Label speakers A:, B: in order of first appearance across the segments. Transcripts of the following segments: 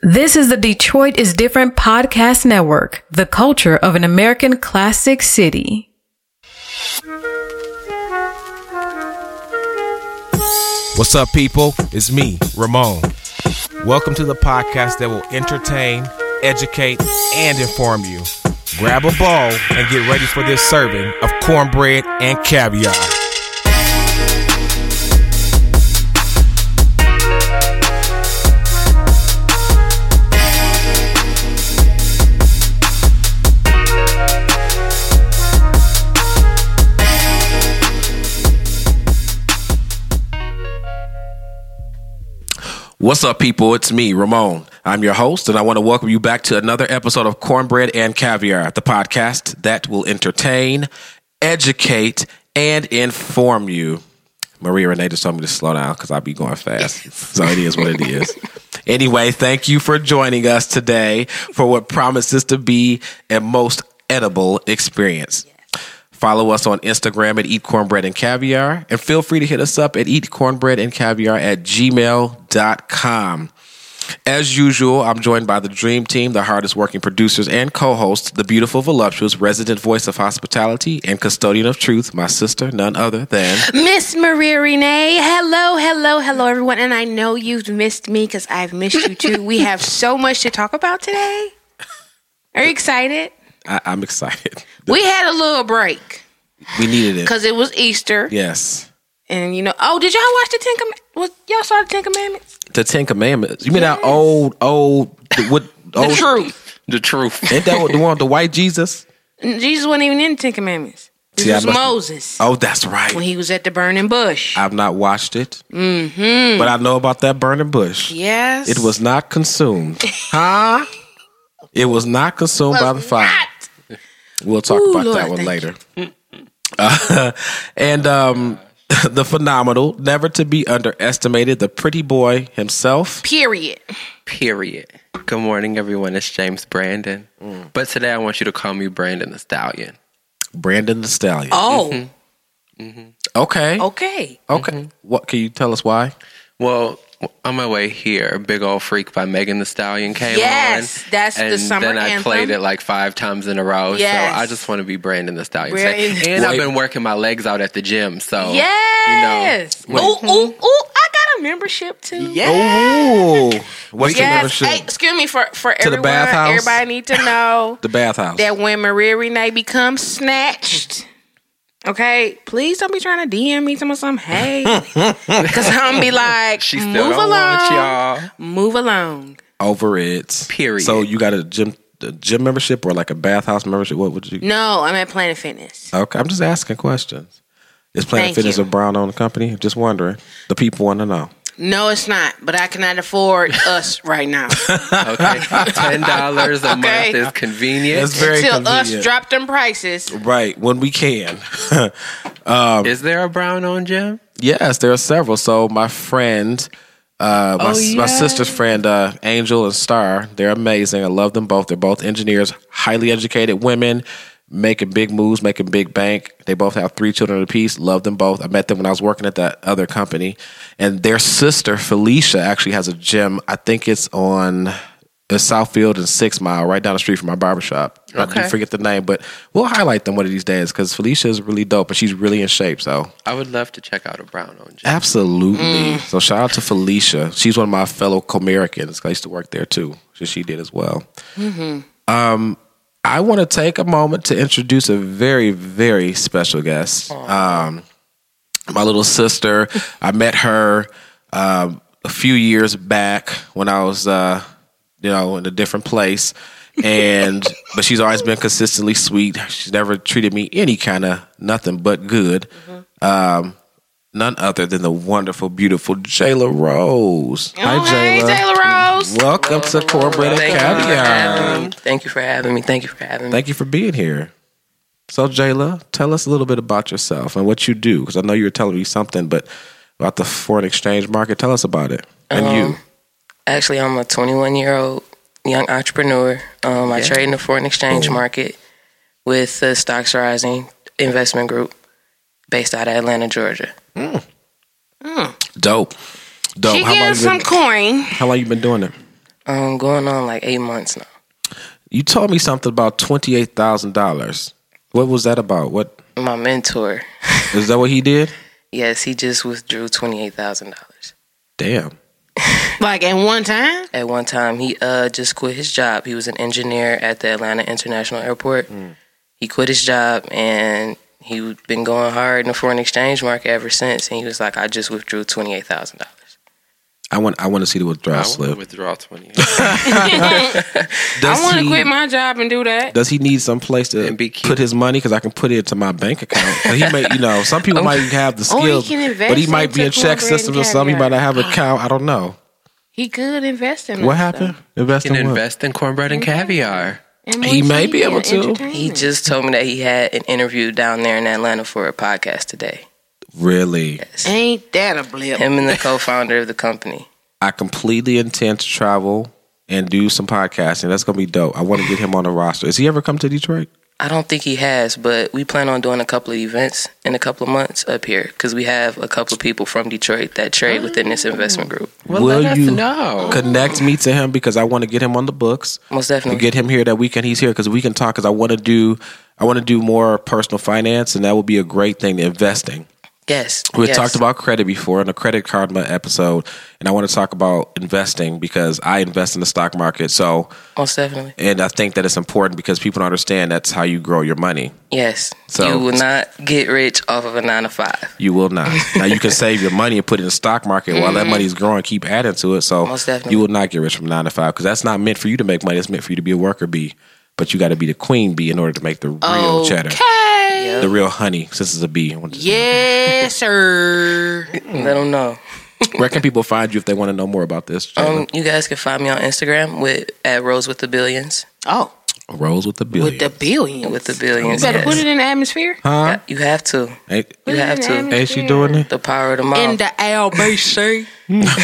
A: This is the Detroit is Different podcast network, the culture of an American classic city.
B: What's up, people? It's me, Ramon. Welcome to the podcast that will entertain, educate, and inform you. Grab a bowl and get ready for this serving of cornbread and caviar. What's up, people? It's me, Ramon. I'm your host, and I want to welcome you back to another episode of Cornbread and Caviar, the podcast that will entertain, educate, and inform you. Maria Renee just told me to slow down because I'll be going fast. So it is what it is. anyway, thank you for joining us today for what promises to be a most edible experience. Follow us on Instagram at Eat Cornbread and Caviar. And feel free to hit us up at eatcornbreadandcaviar at gmail.com. As usual, I'm joined by the Dream Team, the hardest working producers and co hosts, the beautiful, voluptuous, resident voice of hospitality and custodian of truth, my sister, none other than.
C: Miss Maria Renee, hello, hello, hello, everyone. And I know you've missed me because I've missed you too. we have so much to talk about today. Are you excited?
B: I- I'm excited.
C: We had a little break
B: We needed it.
C: because it was Easter,
B: Yes.
C: and you know. Oh, did y'all watch the Ten Commandments? Was y'all saw the Ten Commandments?
B: The Ten Commandments. You mean that old, old, what? Old,
C: The truth.
D: The truth.
B: Ain't that what- the one with the white Jesus?
C: Jesus wasn't even in the Ten Commandments. This
B: See, I
C: was
B: must-
C: Moses
B: Oh, that's right.
C: when he was at the burning bush.
B: I've not watched it, mm-hmm. but I know about that burning bush.
C: yes,
B: It was not consumed, huh? It was not consumed by the fire.
C: Not.
B: We'll talk
C: Ooh,
B: about
C: Lord,
B: that one
C: thank
B: later. Uh, and um, the phenomenal, never to be underestimated, the pretty boy himself.
C: Period.
D: Period. Good morning, everyone. It's James Brandon.
C: Mm.
D: But today I want you to call me Brandon the Stallion.
B: Brandon the Stallion.
C: Oh,
B: Mm-hmm. Okay.
C: okay.
B: Okay. What can you tell us why?
D: Well, on my way here, Big Old Freak by Megan the Stallion came
C: Yes,
D: on.
C: that's the
D: and
C: summer
D: then I
C: anthem.
D: played it like five times in a row.
C: Yes.
D: So I just want to be Brandon the Stallion.
C: We're
D: today.
C: in-
D: And I've
B: Wait.
D: been working my legs out at the gym.
B: Oh,
D: So,
C: Yes.
D: you know.
C: ooh, ooh, ooh! I got a membership too.
B: Ooh. Oh, What's your
C: Yes.
B: membership?
C: Hey, excuse me for for
B: the
C: everyone.
B: bathhouse?
C: Everybody need to know
B: The bathhouse.
C: that when Maria Renee becomes snatched, okay, please don't be trying to DM me someone some hey, because I'm be like,
D: She still
C: move
D: don't want
C: along,
D: y'all.
C: move along.
B: Over it.
D: Period.
B: So you got a gym a gym membership or like a bathhouse membership? What would you
C: No, I'm at Planet Fitness.
B: Okay, I'm just asking questions. Is Planet
C: Thank
B: Fitness
C: you.
B: a brown owned company? Just wondering. The people want to know.
C: No, it's not, but I cannot afford us right now
D: Okay. $10 a
C: Okay.
D: month is convenient.
B: That's very
C: until us
B: convenient.
C: drop them prices.
B: right when we can.
D: Is there a brown on gym?
B: yes, there are several. So my friend, uh, my,
D: Oh, yeah.
B: my sister's friend, uh, Angel and Star, they're amazing. I love them both. They're both engineers, highly educated women, making big moves, making big bank. They both have three children apiece. Love them both. I met them when I was working at that other company, and their sister Felicia actually has a gym. I think it's on. in Southfield and Six Mile, right down the street from my barbershop. I do
D: Okay.
B: forget the name, but we'll highlight them one of these days because Felicia is really dope and she's really in shape. So
D: I would love to check out a brown on gym.
B: Absolutely. So shout out to Felicia. She's one of my fellow Comericans. I used to work there too, so she did as well. Um, I want to take a moment to introduce a very, very special guest. Um, my little sister. I met her um, a few years back when I was, uh, you know, in a different place. And but she's always been consistently sweet. She's never treated me any kind of nothing but good. Um, none other than the wonderful, beautiful Jayla Rose.
C: Oh, hey, Jayla Rose.
B: Welcome to Cornbread and
E: Thank you for
B: Caviar.
E: having me. Thank you for having me. Thank you for having me.
B: Thank you for being here. So, Jayla, tell us a little bit about yourself and what you do, because I know you were telling me something, but about the foreign exchange market, tell us about it and you.
E: Actually, I'm a 21 year old young entrepreneur. Um, I trade in the foreign exchange
B: Mm-hmm.
E: market with the Stocks Rising Investment Group based out of Atlanta, Georgia.
B: Dope, dope.
C: She
B: How long,
C: gives
B: you
C: some
B: been,
C: coin.
B: how long you been doing it?
E: Um, going on like eight months now.
B: You told me something about twenty eight thousand dollars. What was that about? What
E: My mentor,
B: is that? What he did?
E: yes, he just withdrew twenty eight thousand dollars.
B: Damn.
C: Like at one time?
E: At one time, he uh, just quit his job. He was an engineer at the Atlanta International Airport.
B: Hmm.
E: He quit his job and he had been going hard in the foreign exchange market ever since. And he was like, I just withdrew $28,000.
B: I want. I want to see the withdrawal
D: I want to
B: slip.
D: withdraw 20
B: Does
C: I want to
B: he-
C: quit my job and do that.
B: Does he need some place to
D: And be cute.
B: put his money? Because I can put it to my bank account. 'Cause he may, you know, some people might have the
C: Or he
B: skills,
C: can invest
B: but he might be in
C: into
B: check
C: cornbread and
B: systems or something. He
C: caviar.
B: might not have an account. I don't know.
C: He could invest in
B: What
C: that
B: happened?
C: stuff.
B: Invest
D: can
B: in what?
D: invest in cornbread and caviar.
C: And
B: He
C: we
B: may
C: see
B: be able
C: in
B: to.
C: entertainment.
E: He just told me that he had an interview down there in Atlanta for a podcast today.
B: Really?
C: Ain't that a blip?
E: Him and the co founder of the company.
B: I completely intend to travel and do some podcasting. That's gonna be dope. I want to get him on the roster. Has he ever come to Detroit?
E: I don't think he has, but we plan on doing a couple of events in a couple of months up here because we have a couple of people from Detroit that trade within this investment
B: Oh.
E: group.
D: Well,
B: Will
D: let us
B: you-
D: know.
B: Connect me to him because I want to get him on the books.
E: Most
B: to
E: definitely.
B: get him here that weekend. He's here because we can talk. Because I want to do, I want to do more personal finance, and that would be a great thing. Investing.
E: Yes.
B: We had
E: yes.
B: talked about credit before in a credit karma episode, and I want to talk about investing because I invest in the stock market. So,
E: Most definitely.
B: and I think that it's important because people don't understand that's how you grow your money.
E: Yes.
B: So-
E: you will not get rich off of a nine to five.
B: You will not. now you can save your money and put it in the stock market while that money is growing. Keep adding to it. So
E: Mm-hmm. Most definitely.
B: you will not get rich from nine to five because that's not meant for you to make money. It's meant for you to be a worker bee. But you got to be the queen bee in order to make the real cheddar,
C: Okay.
B: the real honey. Since it's a bee, I want to-
C: Yes, sir.
B: Mm.
E: Let them know.
B: where can people find you if they want to know more about this?
E: Um, you guys can find me on Instagram with at Rose with the Billions.
C: Oh,
B: Rose with the billion.
C: with the billion.
E: With the billions.
C: You better
E: yes.
C: put it in the atmosphere.
B: huh?
E: Yeah, you have to.
B: Ain't-
E: You have
C: in
E: to.
C: the
B: Ain't she doing it?
E: The power of the
C: In
E: mob.
C: the LBC.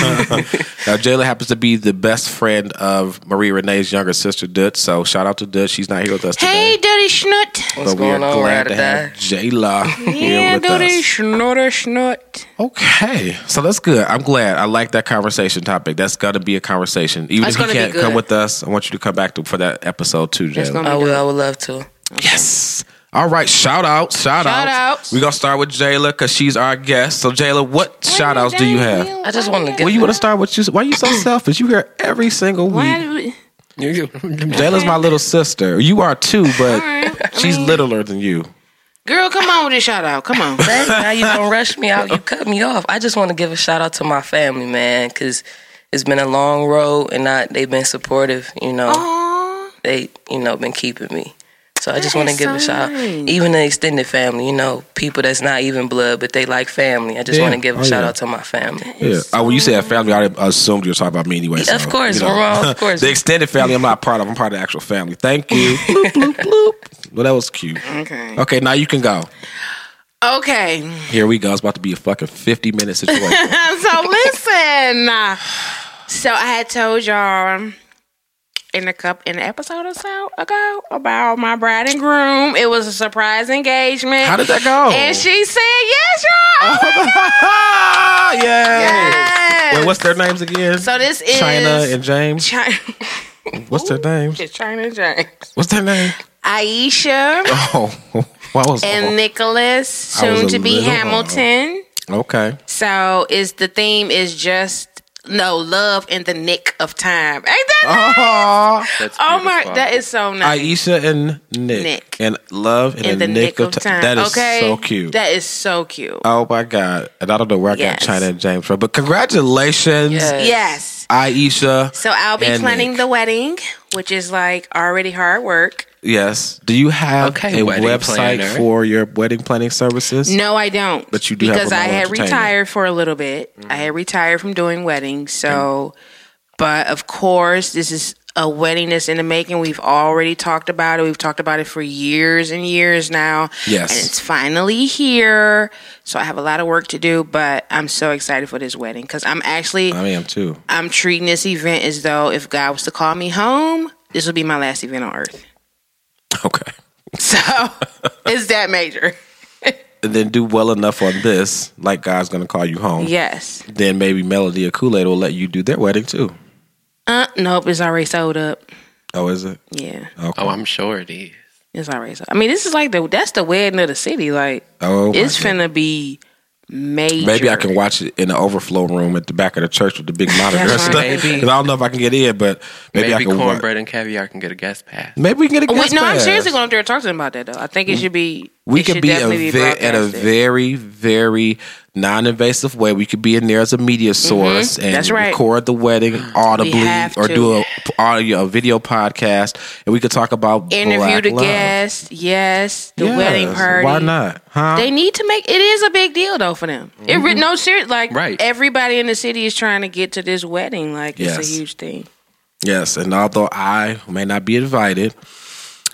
B: Now, Jayla happens to be the best friend of Marie Renee's younger sister, Dutch. So, shout out to Dutch. She's not here with us
C: hey,
B: today.
C: Duddy Schnut.
E: What's
B: but we are
E: going on?
B: glad
E: Ride or
B: to
E: die?
B: have Jayla here
C: Yeah,
B: with
C: Duddy
B: us.
C: Schnutter Schnut.
B: Okay, so that's good. I'm glad. I like that conversation topic. That's got to be a conversation. Even
C: That's
B: if you
C: gonna be
B: can't come
C: good.
B: with us, I want you to come back to, for that episode too,
C: That's
B: Jayla.
C: gonna
E: I
C: be
E: will.
C: good.
E: I would love to.
B: Yes. All right. Shout out. Shout,
C: Shout
B: out.
C: outs.
B: We're gonna start with Jayla because she's our guest. So Jayla, what shout outs do you have?
E: I just want to get.
B: Well, you want to start with you? Why you so selfish? You here every single
C: Why
B: week.
C: do we-
B: Jayla's my little sister. You are too, but
C: right.
B: she's littler than you.
C: Girl, come on with a shout out. Come on.
E: Thanks. now you don't rush me out. You cut me off. I just want to give a shout out to my family, man, because it's been a long road, and I, they've been supportive. You know.
C: Oh, Aw.
E: they you know been keeping me. So I just
C: That
E: want to
C: is
E: give
C: so
E: a shout,
C: nice.
E: even the extended family. You know, people that's not even blood, but they like family. I just
B: Yeah.
E: want to give a
B: Oh,
E: shout
B: yeah.
E: out to my family.
B: Yeah. Oh, when you said family, I assumed you were talking about me anyway.
E: Of
B: so,
E: course,
B: you know.
E: Ramon, of course.
B: the extended family, I'm not part of. I'm part of the actual family. Thank you. bloop, bloop, bloop. Well, that was cute.
C: Okay.
B: Okay, now you can go.
C: Okay.
B: Here we go. It's about to be a fucking 50 minute situation.
C: so listen. So I had told y'all in a cup in an episode or so ago about my bride and groom. It was a surprise engagement.
B: How Oh. did that go?
C: And she said yes, y'all.
B: Yay!
C: Yes.
B: Wait, what's their names again?
C: so this is
B: China and James.
C: China,
B: What's their names?
C: it's China and James,
B: What's their name?
C: Aisha,
B: Oh, why was oh,
C: and Nicholas,
B: I was a
C: soon to be
B: little-
C: Hamilton.
B: okay?
C: So is the theme is just no love in the nick of time. Ain't that? nice?
B: Aw.
D: That's
C: Oh my,
D: beautiful.
C: that is so nice.
B: Uh-huh. Aisha and Nick,
C: Nick.
B: and love and
C: in the nick, of time.
B: That is
C: okay?
B: so cute.
C: That is so cute.
B: oh my god! And I don't know where I got
C: Yes.
B: China and James from, but congratulations,
E: Yes.
C: yes.
B: Aisha.
C: So I'll be
B: and
C: planning
B: Nick.
C: the wedding, which is like already hard work.
B: Yes. Do you have
D: Okay,
B: a
D: wedding
B: website
D: planner.
B: for your wedding planning services?
C: No, I don't.
B: But you do have
C: because
B: a
C: I
B: model
C: had
B: entertainer.
C: retired for a little bit. I had retired from doing weddings. So, but of course, this is a wedding that's in the making. We've already talked about it. We've talked about it for years and years now.
B: Yes.
C: and it's finally here. So I have a lot of work to do, but I'm so excited for this wedding because I'm actually
B: I am too.
C: I'm treating this event as though if God was to call me home, this would be my last event on earth.
B: Okay.
C: So, it's that major?
B: And then do well enough on this, like God's gonna call you home.
C: Yes.
B: Then maybe Melody or Kool Aid will let you do their wedding too.
C: Uh, nope, it's already sold up.
B: Oh, is it?
C: Yeah,
B: Okay.
D: Oh, I'm sure it is.
C: it's already sold. I mean, this is like the that's the wedding of the city. Like,
B: Oh, my
C: it's
B: God.
C: finna be major.
B: Maybe I can watch it in the overflow room at the back of the church with the big monitor.
C: That's
B: and
C: right.
B: stuff. 'Cause I don't know if I can get in, but maybe,
D: Maybe,
B: I can. wa-
D: cornbread and caviar can get a guest pass.
B: Maybe we can get a
C: Oh, Wait,
B: guest
C: no, I'm
B: pass.
C: seriously going up there and talk to them about that though. I think it should be.
B: We
C: it
B: could
C: should
B: be, a
C: definitely
B: ve- at a
C: broadcasted.
B: very, very non-invasive way. We could be in there as a media source and
C: Mm-hmm. That's right.
B: record the wedding audibly,
C: have
B: or
C: to.
B: do a p- audio, a video podcast, and we could talk about
C: interview
B: Black
C: the
B: love.
C: guest. Yes, the
B: Yes,
C: wedding party.
B: Why not? Huh?
C: They need to make it is a big deal though for them. It re- no serious like
D: Right.
C: everybody in the city is trying to get to this wedding. Like
B: Yes.
C: it's a huge thing.
B: Yes, and although I may not be invited,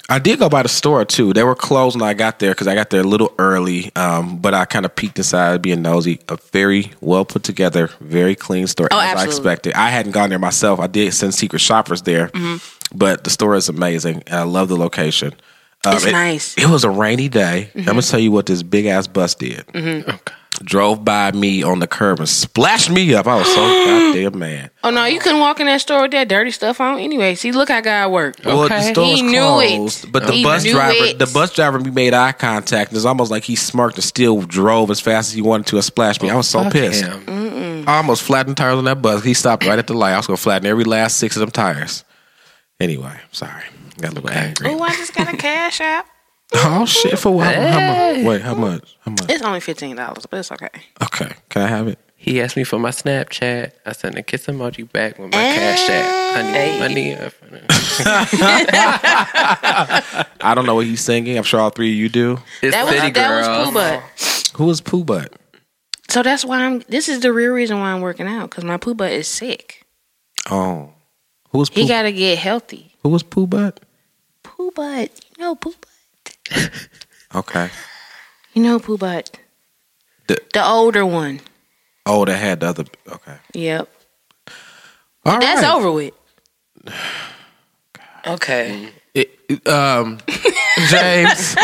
B: I did go by the store too. They were closed when I got there because I got there a little early. Um, but I kind of peeked inside, being nosy. A very well put together, very clean store,
C: Oh,
B: as I
C: absolutely.
B: expected. I hadn't gone there myself. I did send secret shoppers there,
C: Mm-hmm.
B: but the store is amazing. I love the location. Um,
C: It's
B: it-
C: nice. Mm-hmm.
B: It was a rainy day. I'm gonna tell you what this big ass bus did. Drove by me on the curb and splashed me up. I was so goddamn mad.
C: Oh no, you couldn't walk in that store with that dirty stuff on anyway. See, look how God worked.
B: Well, the store was
C: He knew it.
B: closed, but the
C: He
B: bus
C: knew
B: driver,
C: it.
B: the bus driver, we made eye contact. and It's almost like he smirked and still drove as fast as he wanted to and splashed me. I was so
D: Fuck
B: pissed.
D: him.
B: I almost flattened tires on that bus. He stopped right at the light. I was gonna flatten every last six of them tires. Anyway, sorry, got a little angry.
C: Oh, I just got a cash app.
B: Oh shit! For what? How, much? Wait, how much? How much?
C: It's only fifteen dollars, but it's okay.
B: Okay, can I have it?
D: He asked me for my Snapchat. I sent a kiss emoji back with my cash app. Honey, uh, money. up.
B: I don't know what he's singing. I'm sure all three of you do.
D: It's
C: That was
D: City
C: that was
D: Girls.
C: cool, but
B: Who is Pooh Butt?
C: so that's why I'm. This is the real reason why I'm working out because my poo butt is sick.
B: Oh, who is
C: He
B: Pooh?
C: got to get healthy.
B: who was Pooh Butt?
C: Poo butt, you know poo butt.
B: Okay.
C: You know poo butt.
B: The-
C: The, older one.
B: Oh, that had the other. Okay.
C: Yep.
B: All
C: That's
B: right.
C: over with.
E: Okay.
B: It- it, um, James,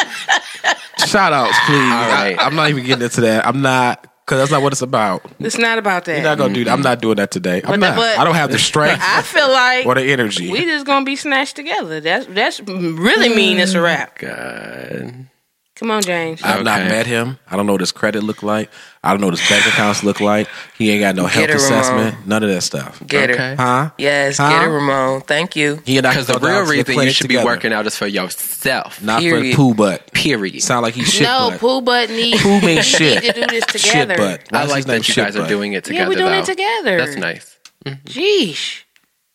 B: shout outs, please.
D: right.
B: I, am not even getting into that. I'm not, because that's not what it's about.
C: It's not about that.
B: I'm not going to do that. I'm not doing that today. I'm
C: But-
B: not.
C: but-
B: I don't have the strength
C: I feel like
B: or the energy.
C: we just gonna be snatched together. That's that's really
B: Mm.
C: mean. It's a wrap.
D: God.
C: Come on, James.
B: I've not
D: Okay.
B: met him. I don't know what his credit look like. I don't know what his bank accounts look like. He ain't got no health
E: her,
B: assessment. None of that stuff.
E: Get
D: Okay.
E: her.
B: Huh?
E: Yes, get
B: Huh?
E: her, Ramon. Thank you.
B: He and I
D: Because
B: can
D: the
B: go down
D: real
B: to
D: reason you
B: clinic
D: should
B: together.
D: be working out is for yourself.
B: Not for
E: Period.
B: poo butt.
D: period.
B: Sound like he shit
C: no,
B: butt.
C: poo butt need.
B: Poo means
C: We need
B: shit.
C: to do this
B: Shit
C: together.
B: butt. Why
D: I
B: is his
D: like
B: name
D: that you
B: shit
D: guys are
B: butt?
D: doing it
C: Yeah,
D: together.
C: we're doing it
D: though.
C: together.
D: That's nice.
C: Jeesh.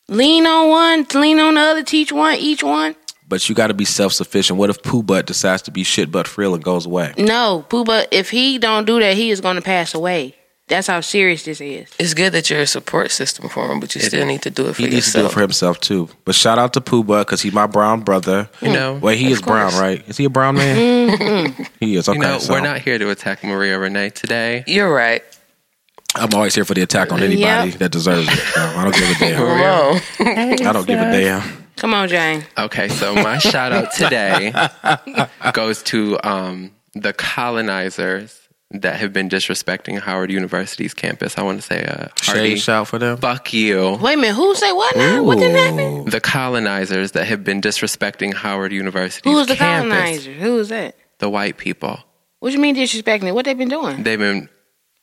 C: Lean on one, lean on the other, teach one, each one.
B: But you got to be self sufficient. What if Pooh Butt decides to be shit butt frill and goes away?
C: No, Pooh Butt, if he don't do that, he is gonna pass away. That's how serious this is.
E: It's good that you're a support system for him, but you still need to do it for
B: He needs to do it
E: yourself.
B: for himself too. But shout out to Pooh Butt because he's my brown brother.
D: You know,
B: Wait, he is brown, right? Is he a brown man? he is. Okay,
D: you know,
B: so
D: we're not here to attack Maria Renee today.
E: You're right.
B: I'm always here for the attack on anybody
C: Yep.
B: that deserves it. So I don't give a damn.
E: Ramon.
B: I don't give a damn.
C: Come on, Jane.
D: Okay, so my shout out today goes to um, the colonizers that have been disrespecting Howard University's campus. I want to say, uh, Hardy,
B: Shade shout for them.
D: fuck you.
C: Wait a minute, who say what now? What did happen?
B: Ooh.
D: The colonizers that have been disrespecting Howard University's
C: Who was the
D: campus,
C: colonizer? Who was that?
D: the white people.
C: What you mean disrespecting it? What they been doing?
D: They've been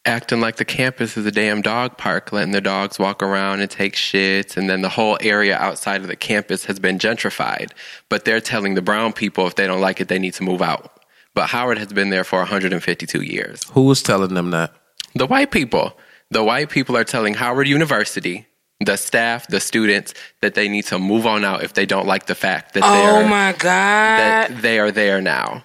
D: acting like the campus is a damn dog park, letting their dogs walk around and take shits, and then the whole area outside of the campus has been gentrified. But they're telling the brown people if they don't like it, they need to move out. But Howard has been there for 152 years.
B: Who was telling them that?
D: The white people, the white people are telling Howard University, the staff, the students, that they need to move on out if they don't like the fact that
C: Oh
D: they're
C: my God.
D: that they are there now.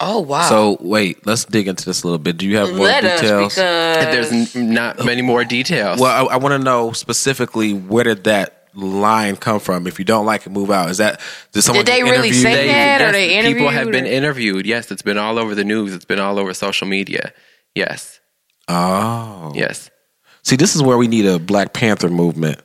E: Oh wow.
B: So wait, let's dig into this a little bit. Do you have more
C: Let
B: details?
C: us because
D: There's n- not many more details.
B: Well, I, I want to know specifically where did that line come from? If you don't like it, move out. Is that did someone
C: Did they
B: get
C: really
B: interviewed?
C: say that? or they
D: yes, people have
C: interviewed
D: been
C: or-
D: interviewed. Yes, it's been all over the news. It's been all over social media. Yes,
B: Oh,
D: yes.
B: see, this is where we need a Black Panther movement.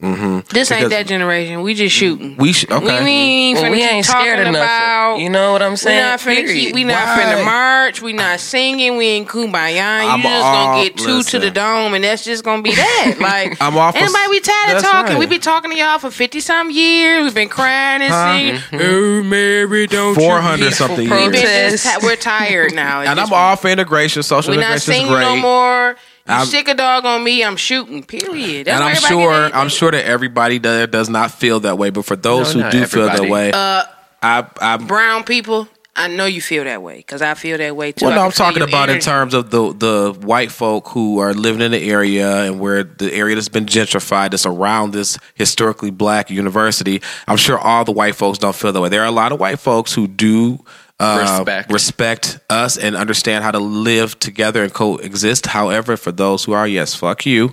C: This ain't
B: Because-
C: that generation. We just shooting.
B: We sh- okay.
C: We, ain't
E: Well,
C: finna
E: we
C: keep
E: ain't
C: talking
E: scared of nothing.
C: about.
E: You know what I'm
C: we
E: saying?
C: not finna
E: Period.
C: keep, we not
B: Why?
C: finna march. We not singing. We ain't kumbaya. You
B: I'm
C: just
B: all-
C: gonna get two
B: listen.
C: to the dome, and that's just gonna be that. Like
B: I'm all for-
C: Anybody be tired of
B: That's
C: talking?
B: right.
C: We be talking to y'all for fifty some years. We've been crying and
B: Huh?
C: singing.
D: Mm-hmm.
C: Oh Mary, don't you
B: 400
C: people
B: something
C: protest." We've been
E: years.
C: just ti- we're tired now. at
B: and
C: this
B: I'm all for integration. Social
C: We're not
B: integration is
C: singing
B: great.
C: no more. You
B: I'm-
C: stick a dog on me, I'm shooting. Period. That's
B: and
C: why
B: I'm
C: everybody
B: sure
C: get
B: I'm sure that everybody does, does not feel that way. But for those
D: No,
B: who
D: not
B: do feel that
D: everybody.
B: way,
C: Uh,
B: I I'm
C: brown people. I know you feel that way because I feel that way too.
B: well,
C: I
B: no,
C: can
B: I'm
C: feel
B: talking
C: your
B: about in
C: energy.
B: terms of the the white folk who are living in the area and where the area that's been gentrified, that's around this historically black university. I'm sure all the white folks don't feel that way. There are a lot of white folks who do uh,
D: Respect.
B: respect us and understand how to live together and coexist. However, for those who are yes, fuck you,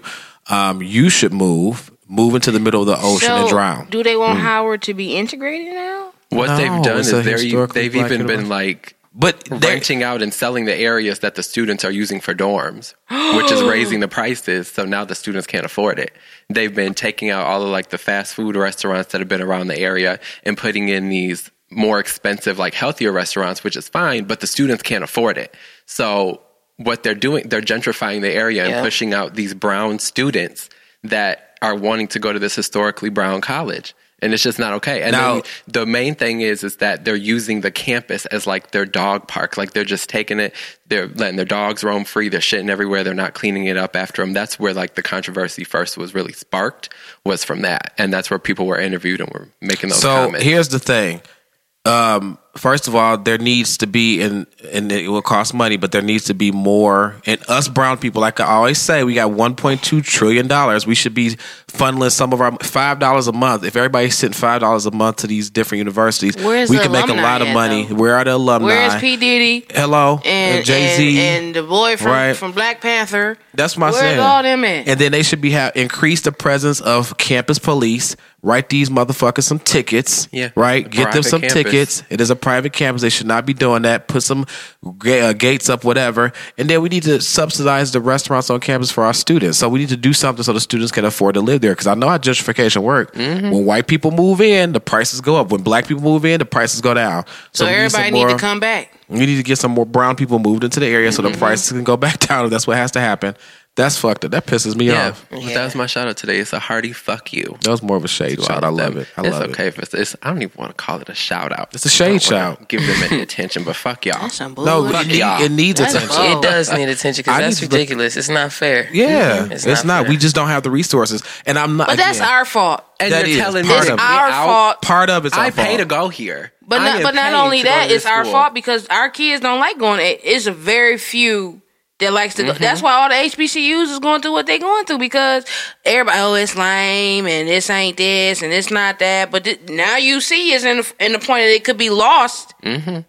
B: um, you should move. Move into the middle of the ocean and
C: So,
B: drown. Mm.
C: Do they want Howard to be integrated now?
D: What
B: No,
D: they've done
B: Oh, it's
D: is
B: a
D: they're,
B: historically
D: they've
B: black
D: even been
B: university.
D: like
B: But they-
D: renting out and selling the areas that the students are using for dorms, which is raising the prices. So now the students can't afford it. They've been taking out all of like the fast food restaurants that have been around the area and putting in these more expensive, like healthier restaurants, which is fine, but the students can't afford it. So what they're doing, they're gentrifying the area and
E: Yeah.
D: pushing out these brown students that are wanting to go to this historically brown college. And it's just not okay. And
B: Now-
D: then the main thing is is that they're using the campus as like their dog park. Like they're just taking it, they're letting their dogs roam free. They're shitting everywhere. They're not cleaning it up after them. That's where like the controversy first was really sparked was from that, and that's where people were interviewed and were making those
B: so
D: comments.
B: here's the thing um first of all there needs to be and and it will cost money but there needs to be more and us brown people like i always say we got 1.2 trillion dollars we should be funneling some of our five dollars a month if everybody's sent five dollars a month to these different universities
C: Where's
B: we
C: the
B: can make a
C: alumni
B: lot of
C: at,
B: money
C: though?
B: where are the alumni
C: Where's P Diddy
B: hello
C: and,
B: Uh, jay-z
C: and, and the boy from,
B: Right.
C: from Black Panther?
B: that's my
C: Where's
B: saying.
C: all them at?
B: And then they should be have increase the presence of campus police. Write these motherfuckers some tickets.
D: Yeah.
B: Right.
D: A
B: Get them
D: private
B: some
D: campus.
B: tickets. It is a private campus. They should not be doing that. Put some ga- uh, gates up, whatever. And then we need to subsidize the restaurants on campus for our students. So we need to do something so the students can afford to live there. Because I know how gentrification works.
C: Mm-hmm.
B: When white people move in, the prices go up. When black people move in, the prices go down.
C: so
B: we some
C: everybody need to
B: more-
C: come back.
B: we need to get some more brown people moved into the area
D: Mm-hmm.
B: so the prices can go back down. If that's what has to happen. That's fucked up. That pisses me
D: yeah,
B: off.
D: but that was my shout out today. It's a hearty fuck you.
B: That was more of a shade shout. I love it. I
D: it's
B: love
D: okay if it's, it's. I don't even want to call it a shout out.
B: It's a shade
D: I don't wanna
B: shout.
D: Give them any attention, but fuck y'all.
C: That's some
B: it. No,
C: bullshit.
B: it, need-
D: y'all.
B: it needs
C: That's
B: attention.
C: bull.
E: It does need attention because
B: I
E: that's
B: need to look-
E: ridiculous. It's not fair.
B: Yeah,
E: Mhm.
B: it's, not.
E: fair.
B: We just don't have the resources, and I'm not.
C: but that's
B: again,
C: our fault.
D: and
B: That is
D: you're telling me
B: part
C: It's
D: to
B: of
C: our
B: it.
D: get out?
C: fault.
B: part of it's.
D: I
B: our fault.
D: pay to go here.
C: But
D: I
C: not,
D: am
C: but not
D: paid
C: only
D: to go to
C: that,
D: this
C: it's our
D: school.
C: fault because our kids don't like going. It- It's a very few that likes to go.
D: Mm-hmm.
C: That's why all the HBCUs is going through what they going through because everybody, oh, it's lame and this ain't this and it's not that. But th- now you see is in the, in the point that it could be lost. Mm-hmm.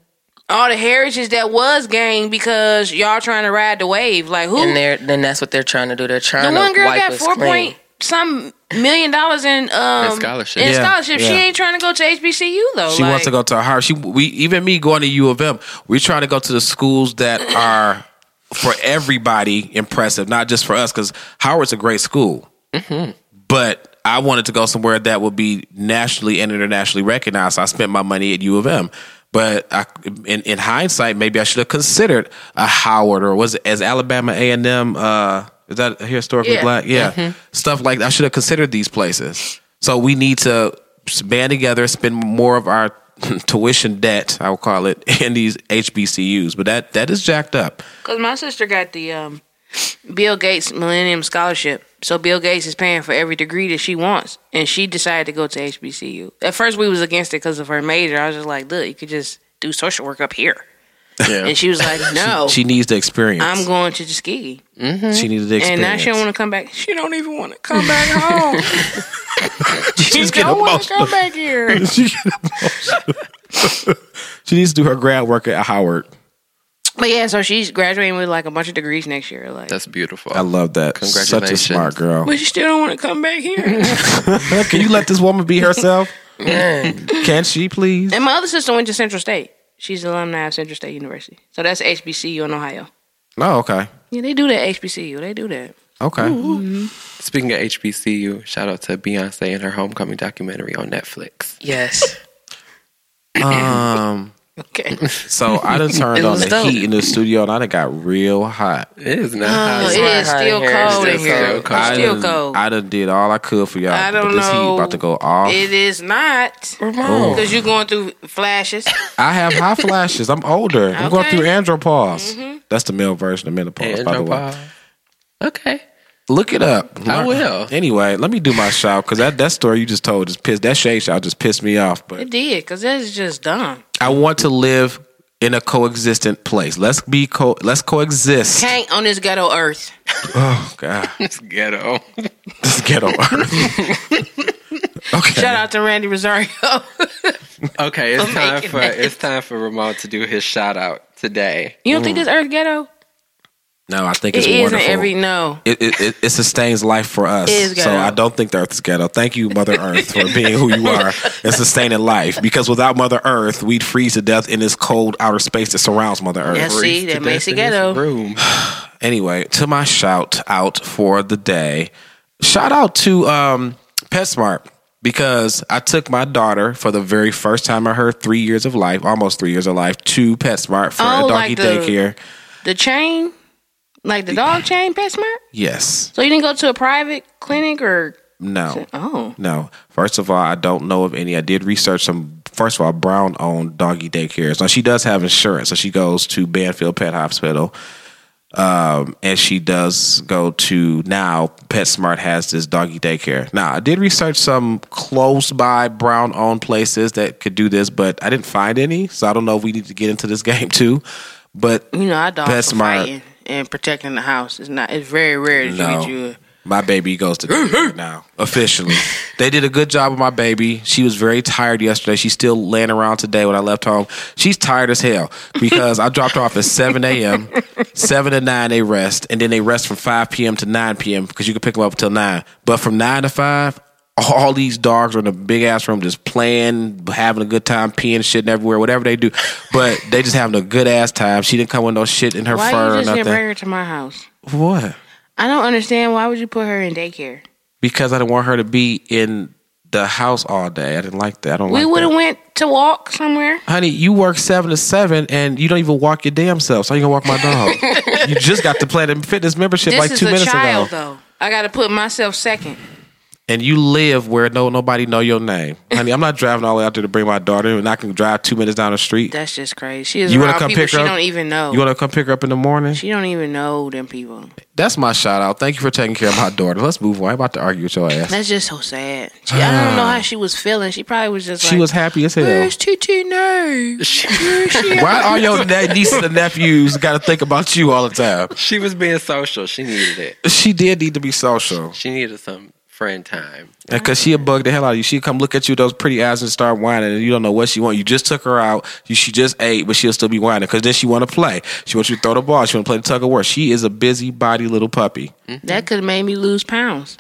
C: All the heritage that was gained because y'all trying to ride the wave. Like who?
E: And they're then that's what they're trying to do. They're
C: the
E: trying
C: one
E: to
C: girl
E: wipe
C: got
E: us
C: four
E: clean.
C: point some million dollars in um
D: In scholarships.
C: in
B: Yeah,
C: scholarships. She
B: yeah.
C: ain't trying to go to HBCU though.
B: She wants to go to Harvard. She we even me going to U of M. We try to go to the schools that are for everybody impressive, not just for us. Because Howard's a great school, but I wanted to go somewhere that would be nationally and internationally recognized. So I spent my money at U of M. But I, in, in hindsight, maybe I should have considered a Howard or was it as Alabama A and M. Uh, is that historically
C: Yeah. Mm-hmm.
B: black? Yeah, stuff like that. I should have considered these places. So we need to band together, spend more of our tuition debt, I will call it, in these HBCUs. But that that is jacked up.
C: Because my sister got the um, Bill Gates Millennium Scholarship. So Bill Gates is paying for every degree that she wants, and she decided to go to HBCU. At first, we was against it because of her major. I was just like, "Look, you could just do social work up here." And she was like, "No,
B: She needs the experience.
C: I'm going to Tuskegee,"
B: she needs the
C: and
B: experience.
C: now she don't want to come back. She don't even want to come back home. she
B: She's getting
C: don't want to
B: emotional.
C: come back here.
B: she, she needs to do her grad work at Howard.
C: But yeah, so she's graduating with like a bunch of degrees next year. Like,
D: That's beautiful.
B: I love that. Such a
D: Congratulations.
B: smart girl.
C: but she still don't want to come back here.
B: Can you let this woman be herself? Can she please?
C: And my other sister went to Central State. She's an alumni of Central State University. So that's HBCU in Ohio.
B: No, okay.
C: Yeah, they do that HBCU. They do that.
B: Okay.
D: Speaking of HBCU, shout out to Beyonce and her homecoming documentary on Netflix.
E: Yes.
B: Um,
C: Uh,
E: Okay.
B: so I done turned
E: It
B: on
E: was
B: the
E: dope.
B: heat in the studio and I done got real hot.
D: It is not
C: Oh,
D: hot.
C: it is
E: hot in
C: still
E: here. It's
C: cold in
D: still
C: here.
D: cold.
C: It's
B: I
C: still
B: done,
C: cold.
B: I done did all I could for y'all.
C: I
B: but
C: don't
B: this heat
C: know.
B: about to go off.
C: It is not
B: Oh.
C: because you're going through flashes.
B: I have high flashes. I'm older. I'm going
C: Okay. Mm-hmm.
B: through andropause. That's the male version of menopause,
D: And
B: by the way.
D: Andropause. Okay.
B: Look it up.
D: I will.
B: Anyway, let me do my shout because that, that story you just told just pissed that shade shout just pissed me off. But
C: It did because that's just dumb.
B: I want to live in a coexistent place. Let's be co. Let's coexist.
C: Can't on this ghetto earth.
B: Oh God,
D: It's ghetto.
B: this is ghetto. okay.
C: Shout out to Randy Rosario.
D: Okay, it's
C: I'm
D: time
C: making
D: for
C: it.
D: it's time for Ramon to do his shout out today.
C: you don't think this earth ghetto?
B: No, I think
C: It
B: it's
C: is in
B: wonderful.
C: every no.
B: it, it, it, it sustains life for us.
C: It is
B: so
C: ghetto.
B: I don't think the earth is ghetto. Thank you, Mother Earth, for being who you are and sustaining life. Because without Mother Earth, we'd freeze to death in this cold outer space that surrounds Mother Earth.
C: Yes. See, that
D: Freeze to
C: makes
D: death
C: it
D: in this
C: ghetto.
D: Room.
B: Anyway, to my shout out for the day, shout out to um, PetSmart because I took my daughter for the very first time of her three years of life, almost three years of life, to PetSmart for
C: Oh,
B: a doggy
C: like the-
B: daycare.
C: The chain, like the dog chain, PetSmart.
B: Yes.
C: So you didn't go to a private clinic or
B: No.
C: oh,
B: No. First of all, I don't know of any. I did research some. First of all, Brown owned doggy daycares. Now she does have insurance, so she goes to Banfield Pet Hospital, um, and she does go to now PetSmart has this doggy daycare. Now I did research some close by Brown owned places that could do this, but I didn't find any. So I don't know if we need to get into this game too. But
C: you know, our dogs
B: PetSmart.
C: for fighting and protecting the house. It's not. It's very rare that you
B: No.
C: get you. a-
B: My baby goes to daycare now, officially. They did a good job with my baby. She was very tired yesterday. She's still laying around today when I left home. She's tired as hell because I dropped her off at 7 a.m. 7 to 9, they rest. And then they rest from 5 p.m. to 9 p.m. because you can pick them up until 9. But from 9 to 5, all these dogs are in a big ass room just playing, having a good time, peeing, shitting everywhere, whatever they do. But they just having a good ass time. She didn't come with no shit in her
C: Why
B: fur
C: you
B: or
C: just didn't bring
B: nothing.
C: her to my house?
B: What?
C: I don't understand. Why would you put her in daycare?
B: because I didn't want her to be in the house all day. I didn't like that. I don't
C: We
B: like
C: would
B: that.
C: have went to walk somewhere.
B: Honey, you work seven to seven and you don't even walk your damn self. So how you gonna walk my dog? you just got the Planet Fitness membership
C: This
B: like
C: is
B: two
C: a
B: minutes
C: child,
B: ago,
C: though. I got to put myself second.
B: and you live where no nobody know your name. Honey, I'm not driving all the way out there to bring my daughter, and I can drive two minutes down the street.
C: That's just crazy. She is
B: You wanna
C: around
B: come
C: people
B: pick
C: she
B: her up?
C: don't even know.
B: You want to come pick her up in the morning?
C: she don't even know them people.
B: That's my shout out. Thank you for taking care of my daughter. Let's move on. I'm about to argue with your ass.
C: That's just so sad. She, I don't know how she was feeling. She probably was just
B: Ah. She
C: like,
B: was happy as hell.
C: Where's TT now? Where's she at?"
B: Why all your na- nieces and nephews got to think about you all the time?
D: She was being social. She needed it.
B: She did need to be social.
D: She needed some friend time.
B: Because she'll bug the hell out of you. She'd come look at you with those pretty eyes and start whining, and you don't know what she want. You just took her out. You, she just ate, but she'll still be whining because then she want to play. She wants you to throw the ball. She want to play the tug of war. She is a busybody little puppy.
C: That could have made me lose pounds.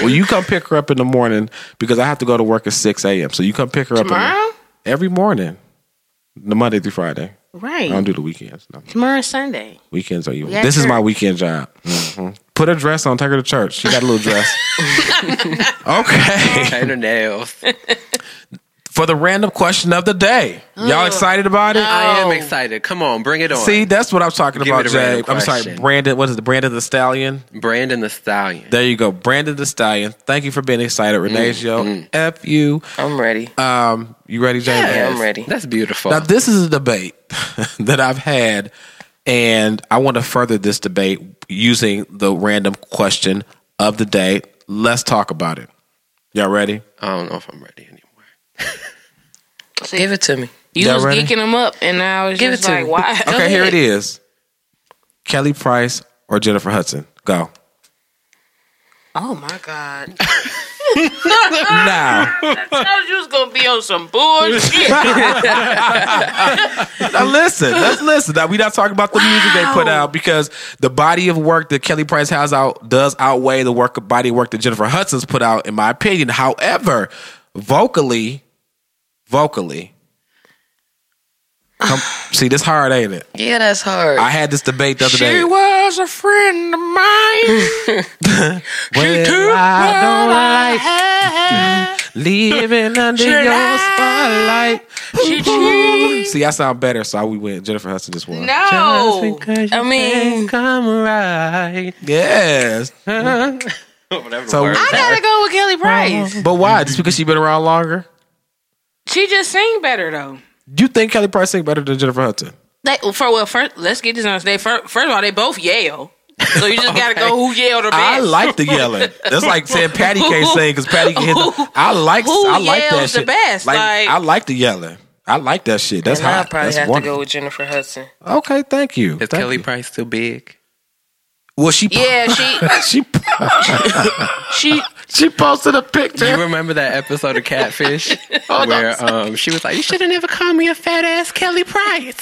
B: Well, you come pick her up in the morning because I have to go to work at 6 a.m. So you come pick her up in the-
C: Tomorrow?
B: every morning, the Monday through Friday. I don't
C: Right.
B: do the weekends. No.
C: Tomorrow's Sunday.
B: Weekends are you.
C: Yeah,
B: This is my
C: church.
B: weekend job. Mhm. Put a dress on, take her to church. She got a little dress. okay.
D: Paint her nails.
B: for the random question of the day. Y'all excited about it?
D: Mm. I am
C: Oh.
D: excited. Come on, bring it on.
B: See, that's what I'm talking
D: Give
B: about,
D: me the
B: Jay.
D: random
B: I'm sorry,
D: question.
B: Brandon. What is it? Brandon the Stallion.
D: Brandon the Stallion.
B: There you go, Brandon the Stallion. Thank you for being excited,
D: Mm,
B: Renacio. F you.
E: I'm ready.
B: Um, you ready, Jay?
E: Yeah, I'm ready.
D: That's beautiful.
B: Now, this is a debate that I've had, and I want to further this debate using the random question of the day. Let's talk about it. Y'all ready?
D: I don't know if I'm ready anymore.
E: Give it to me.
C: You
B: Y'all
C: was
B: ready?
C: geeking them up, and I was
E: Give
C: just
E: it to
C: like,
E: me.
C: why?
B: Okay, here it is. Kelly Price or Jennifer Hudson? Go.
C: Oh, my God.
B: Now.
C: I thought you was going to be on some bullshit.
B: Now listen, let's listen. Now we not talking about the music they put out because the body of work that Kelly Price has out does outweigh the work body of work that Jennifer Hudson's put out, in my opinion. However, vocally, vocally, Come, see, this hard, ain't it?
E: Yeah, that's hard.
B: I had this debate the other day.
C: She was a friend of mine.
B: Well,
C: took
B: I don't
C: what I
B: like
C: had.
B: living under
C: Should
B: your
C: I?
B: spotlight.
C: Should she?
B: See, I sound better, so I, we went Jennifer Hudson just won.
C: No.
E: I mean,
D: Come right.
B: Yes,
D: Whatever
B: So-
D: word.
C: I gotta go with Kelly Price.
B: but why? Just because she been around longer?
C: She just sing better though.
B: Do you think Kelly Price sing better than Jennifer Hudson?
C: Like for well, first let's get this on stage. First, first of all, they both yell, so you just gotta go who yelled the best.
B: I like the yelling. That's like saying Patty can't sing because Patty can hit the. I like.
C: Who
B: I like that
C: yells the
B: shit.
C: best? Like-
B: I like the yelling. I like that shit. That's
E: and I
B: hot.
E: probably
B: That's
E: have
B: wonderful.
E: to go with Jennifer Hudson.
B: Okay, thank you.
D: Is
B: Thank
D: Kelly
B: you.
D: Price still big?
B: Well, she
C: Yeah,
B: she
C: she she
B: she posted a picture.
D: Do you remember that episode of Catfish where um, she was like, "You should have never called me a fat ass Kelly Price."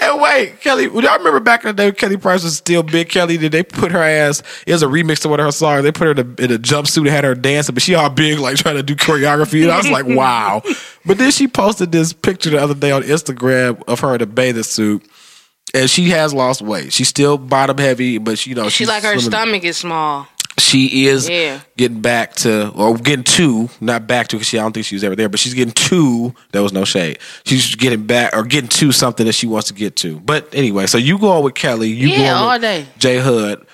B: And wait, Kelly, I remember back in the day when Kelly Price was still big Kelly. Did they put her ass? It was a remix to one of her songs. They put her in a, in a jumpsuit and had her dancing, but she all big, like trying to do choreography. And I was like, wow. But then she posted this picture the other day on Instagram of her in a bathing suit, and she has lost weight. She's still bottom heavy, but you know
C: she like her
B: stomach
C: stomach is small.
B: she is
C: Yeah.
B: getting back to or getting to not back to because she I don't think she was ever there, but she's getting to there was no shade. She's getting back or getting to something that she wants to get to. But anyway, so you going with Kelly, you
C: Yeah,
B: going
C: all
B: with
C: day.
B: Jay Hood.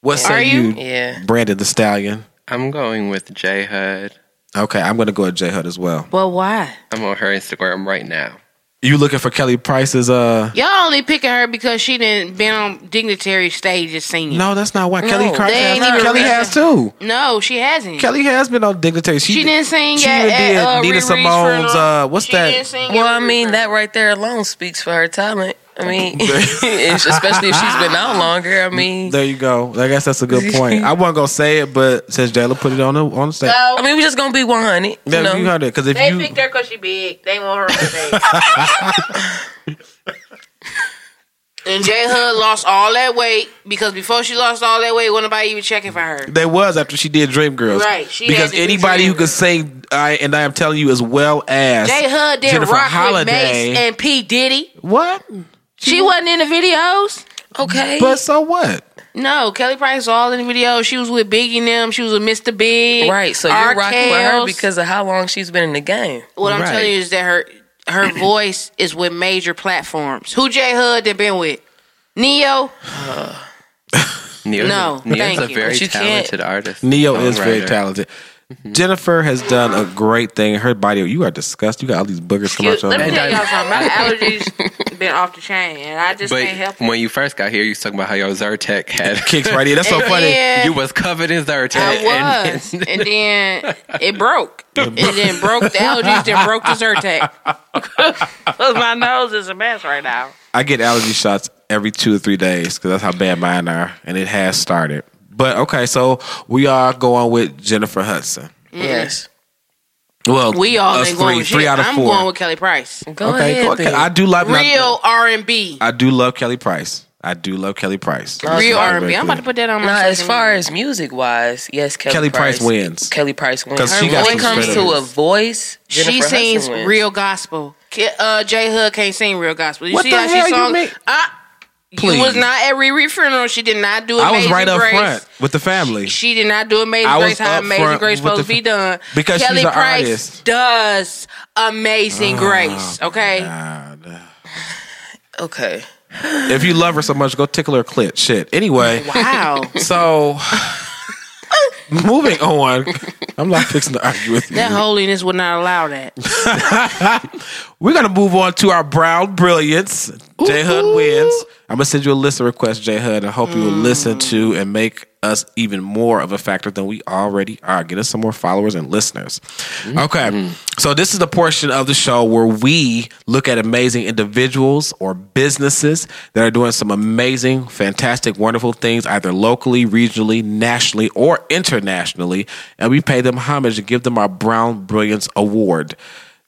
B: What say
C: Are
B: you?
C: you?
E: Yeah.
B: Brandon the Stallion.
D: I'm going with J Hud.
B: Okay, I'm gonna go with Jay Hood as well.
C: Well, why?
D: I'm on her Instagram right now.
B: You looking for Kelly Price's uh
C: Y'all only picking her because she didn't been on dignitary stages singing.
B: No, that's not why Kelly
E: they
B: Price has
C: ain't even
B: Kelly
C: read
B: has too.
C: No, she hasn't.
B: Kelly has been on Dignitary. She,
C: she didn't sing
B: She
C: at,
B: even
C: at,
B: did
C: uh,
B: Nina
C: Riri's
B: Simone's
C: funeral.
B: uh what's
C: she
B: that?
C: Didn't sing at
E: Well, I
C: Riri's
E: mean,
C: funeral.
E: that right there alone speaks for her talent. I mean, if- especially if she's been out longer. I mean,
B: There you go. I guess that's a good point. I wasn't gonna say it, but since Jayla put it on the on the stage,
C: So,
E: I mean, we're just gonna be 100. You
B: yeah, you
E: know?
B: heard it. Because if
C: They
B: you
C: picked her because she big. They want her on stage. and J Hood lost all that weight because before she lost all that weight, wasn't nobody even checking for her.
B: They was after she did Dream Girls,
C: Right, she had
B: because
C: to do
B: anybody who
C: Dream
B: could sing, I and I am telling you, as well as
C: J Hood did
B: Jennifer
C: rock
B: Holiday.
C: with Mace and P Diddy.
B: what?
C: She wasn't in the videos.
E: Okay.
B: But so what?
C: No, Kelly Price was all in the videos. She was with Biggie and them. She was with Mr. Big.
E: right. So you're rocking with her
C: RKO's.
E: because of how long she's been in the game.
C: what I'm
B: Right.
C: telling you is that her her voice is with major platforms. Who J Hood done been with? Neo,
D: Neil,
C: No,
D: Neil's
C: thank
D: a
C: you.
D: very
E: But you can't-
D: talented artist.
B: Neo is very
D: songwriter.
B: talented.
C: Mm-hmm.
B: Jennifer has done a great thing. Her body, you are disgusting. You got all these boogers coming out
C: Dude,
B: your
C: let
B: mouth.
C: me tell y'all something. My allergies been off the chain, and I just can't help
D: But
C: it.
D: when you first got here, you was talking about how your Zyrtec had
B: Kicks right in. That's so funny.
C: Yeah,
D: You was covered in Zyrtec.
C: I
D: and-
C: was, and then it broke. It then broke the allergies, then broke the Zyrtec. Cause my nose is a mess right now.
B: I get allergy shots every two or three days because that's how bad mine are, and it has started. But okay, so we are going with Jennifer Hudson.
E: Yes.
B: Well,
C: We all
B: us
C: ain't going
B: three,
C: with
B: three
C: shit.
B: out of
C: I'm
B: four.
C: going with Kelly Price.
E: Go
B: okay,
E: ahead.
B: okay.
E: then.
B: I do like
C: Real R and B.
B: I do love Kelly Price. I do love Kelly Price.
C: Real
B: Very
C: R and B. I'm about to put that on my.
E: Now, as
C: social
E: far
C: media.
E: as music wise, yes, Kelly,
B: Kelly Price wins.
E: Kelly Price wins.
B: 'Cause
E: Her
B: she got
E: when
B: some
E: it comes
B: spitters.
E: to a voice, Jennifer
C: she
E: Hudson
C: sings
E: wins.
C: real gospel. Ki- Uh, J Hood can't sing real gospel. You
B: What
C: see
B: the
C: how
B: hell
C: she
B: you
C: sung?
B: mean?
C: I,
B: Please.
C: you was not at Riri funeral. She did not do.
B: I
C: Amazing
B: was right up
C: Grace.
B: front with the family.
C: She did not do Amazing
B: I was
C: Grace. How
B: up
C: Amazing
B: front
C: Grace
B: with
C: supposed to
B: the
C: be done?
B: because she's
C: Kelly
B: an
C: Price
B: artist. Oh,
C: does Amazing Grace. Okay,
E: Okay.
B: if you love her so much, go tickle her clit. Shit. Anyway,
C: wow.
B: so moving on. I'm not fixing to argue with you.
C: That holiness would not allow that.
B: We're gonna move on to our brown brilliance. J Hud wins. I'm gonna send you a listener request, J Hud, and I hope you will listen to and make us even more of a factor than we already are. Get us some more followers and listeners. Okay, so this is the portion of the show where we look at amazing individuals or businesses that are doing some amazing, fantastic, wonderful things, either locally, regionally, nationally, or internationally, and we pay them homage and give them our Brown Brilliance Award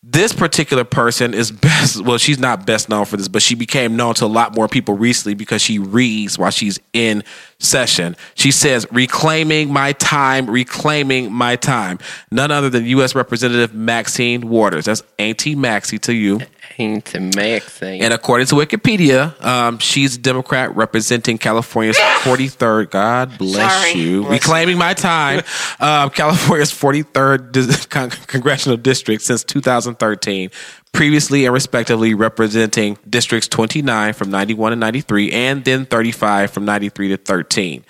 B: this particular person is best well she's not best known for this but she became known to a lot more people recently because she reads while she's in session. She says, reclaiming my time, reclaiming my time. None other than U.S. Representative Maxine Waters. That's Auntie Maxie to you.
D: Ain't to maxing.
B: And according to Wikipedia, um, she's a Democrat representing California's 43rd. God bless
C: Sorry.
B: you.
C: Bless
B: Reclaiming my time. Um, California's 43rd dis- con- congressional district since 2013. Previously and respectively representing districts 29 from 91 to 93 and then 35 from 93 to 13.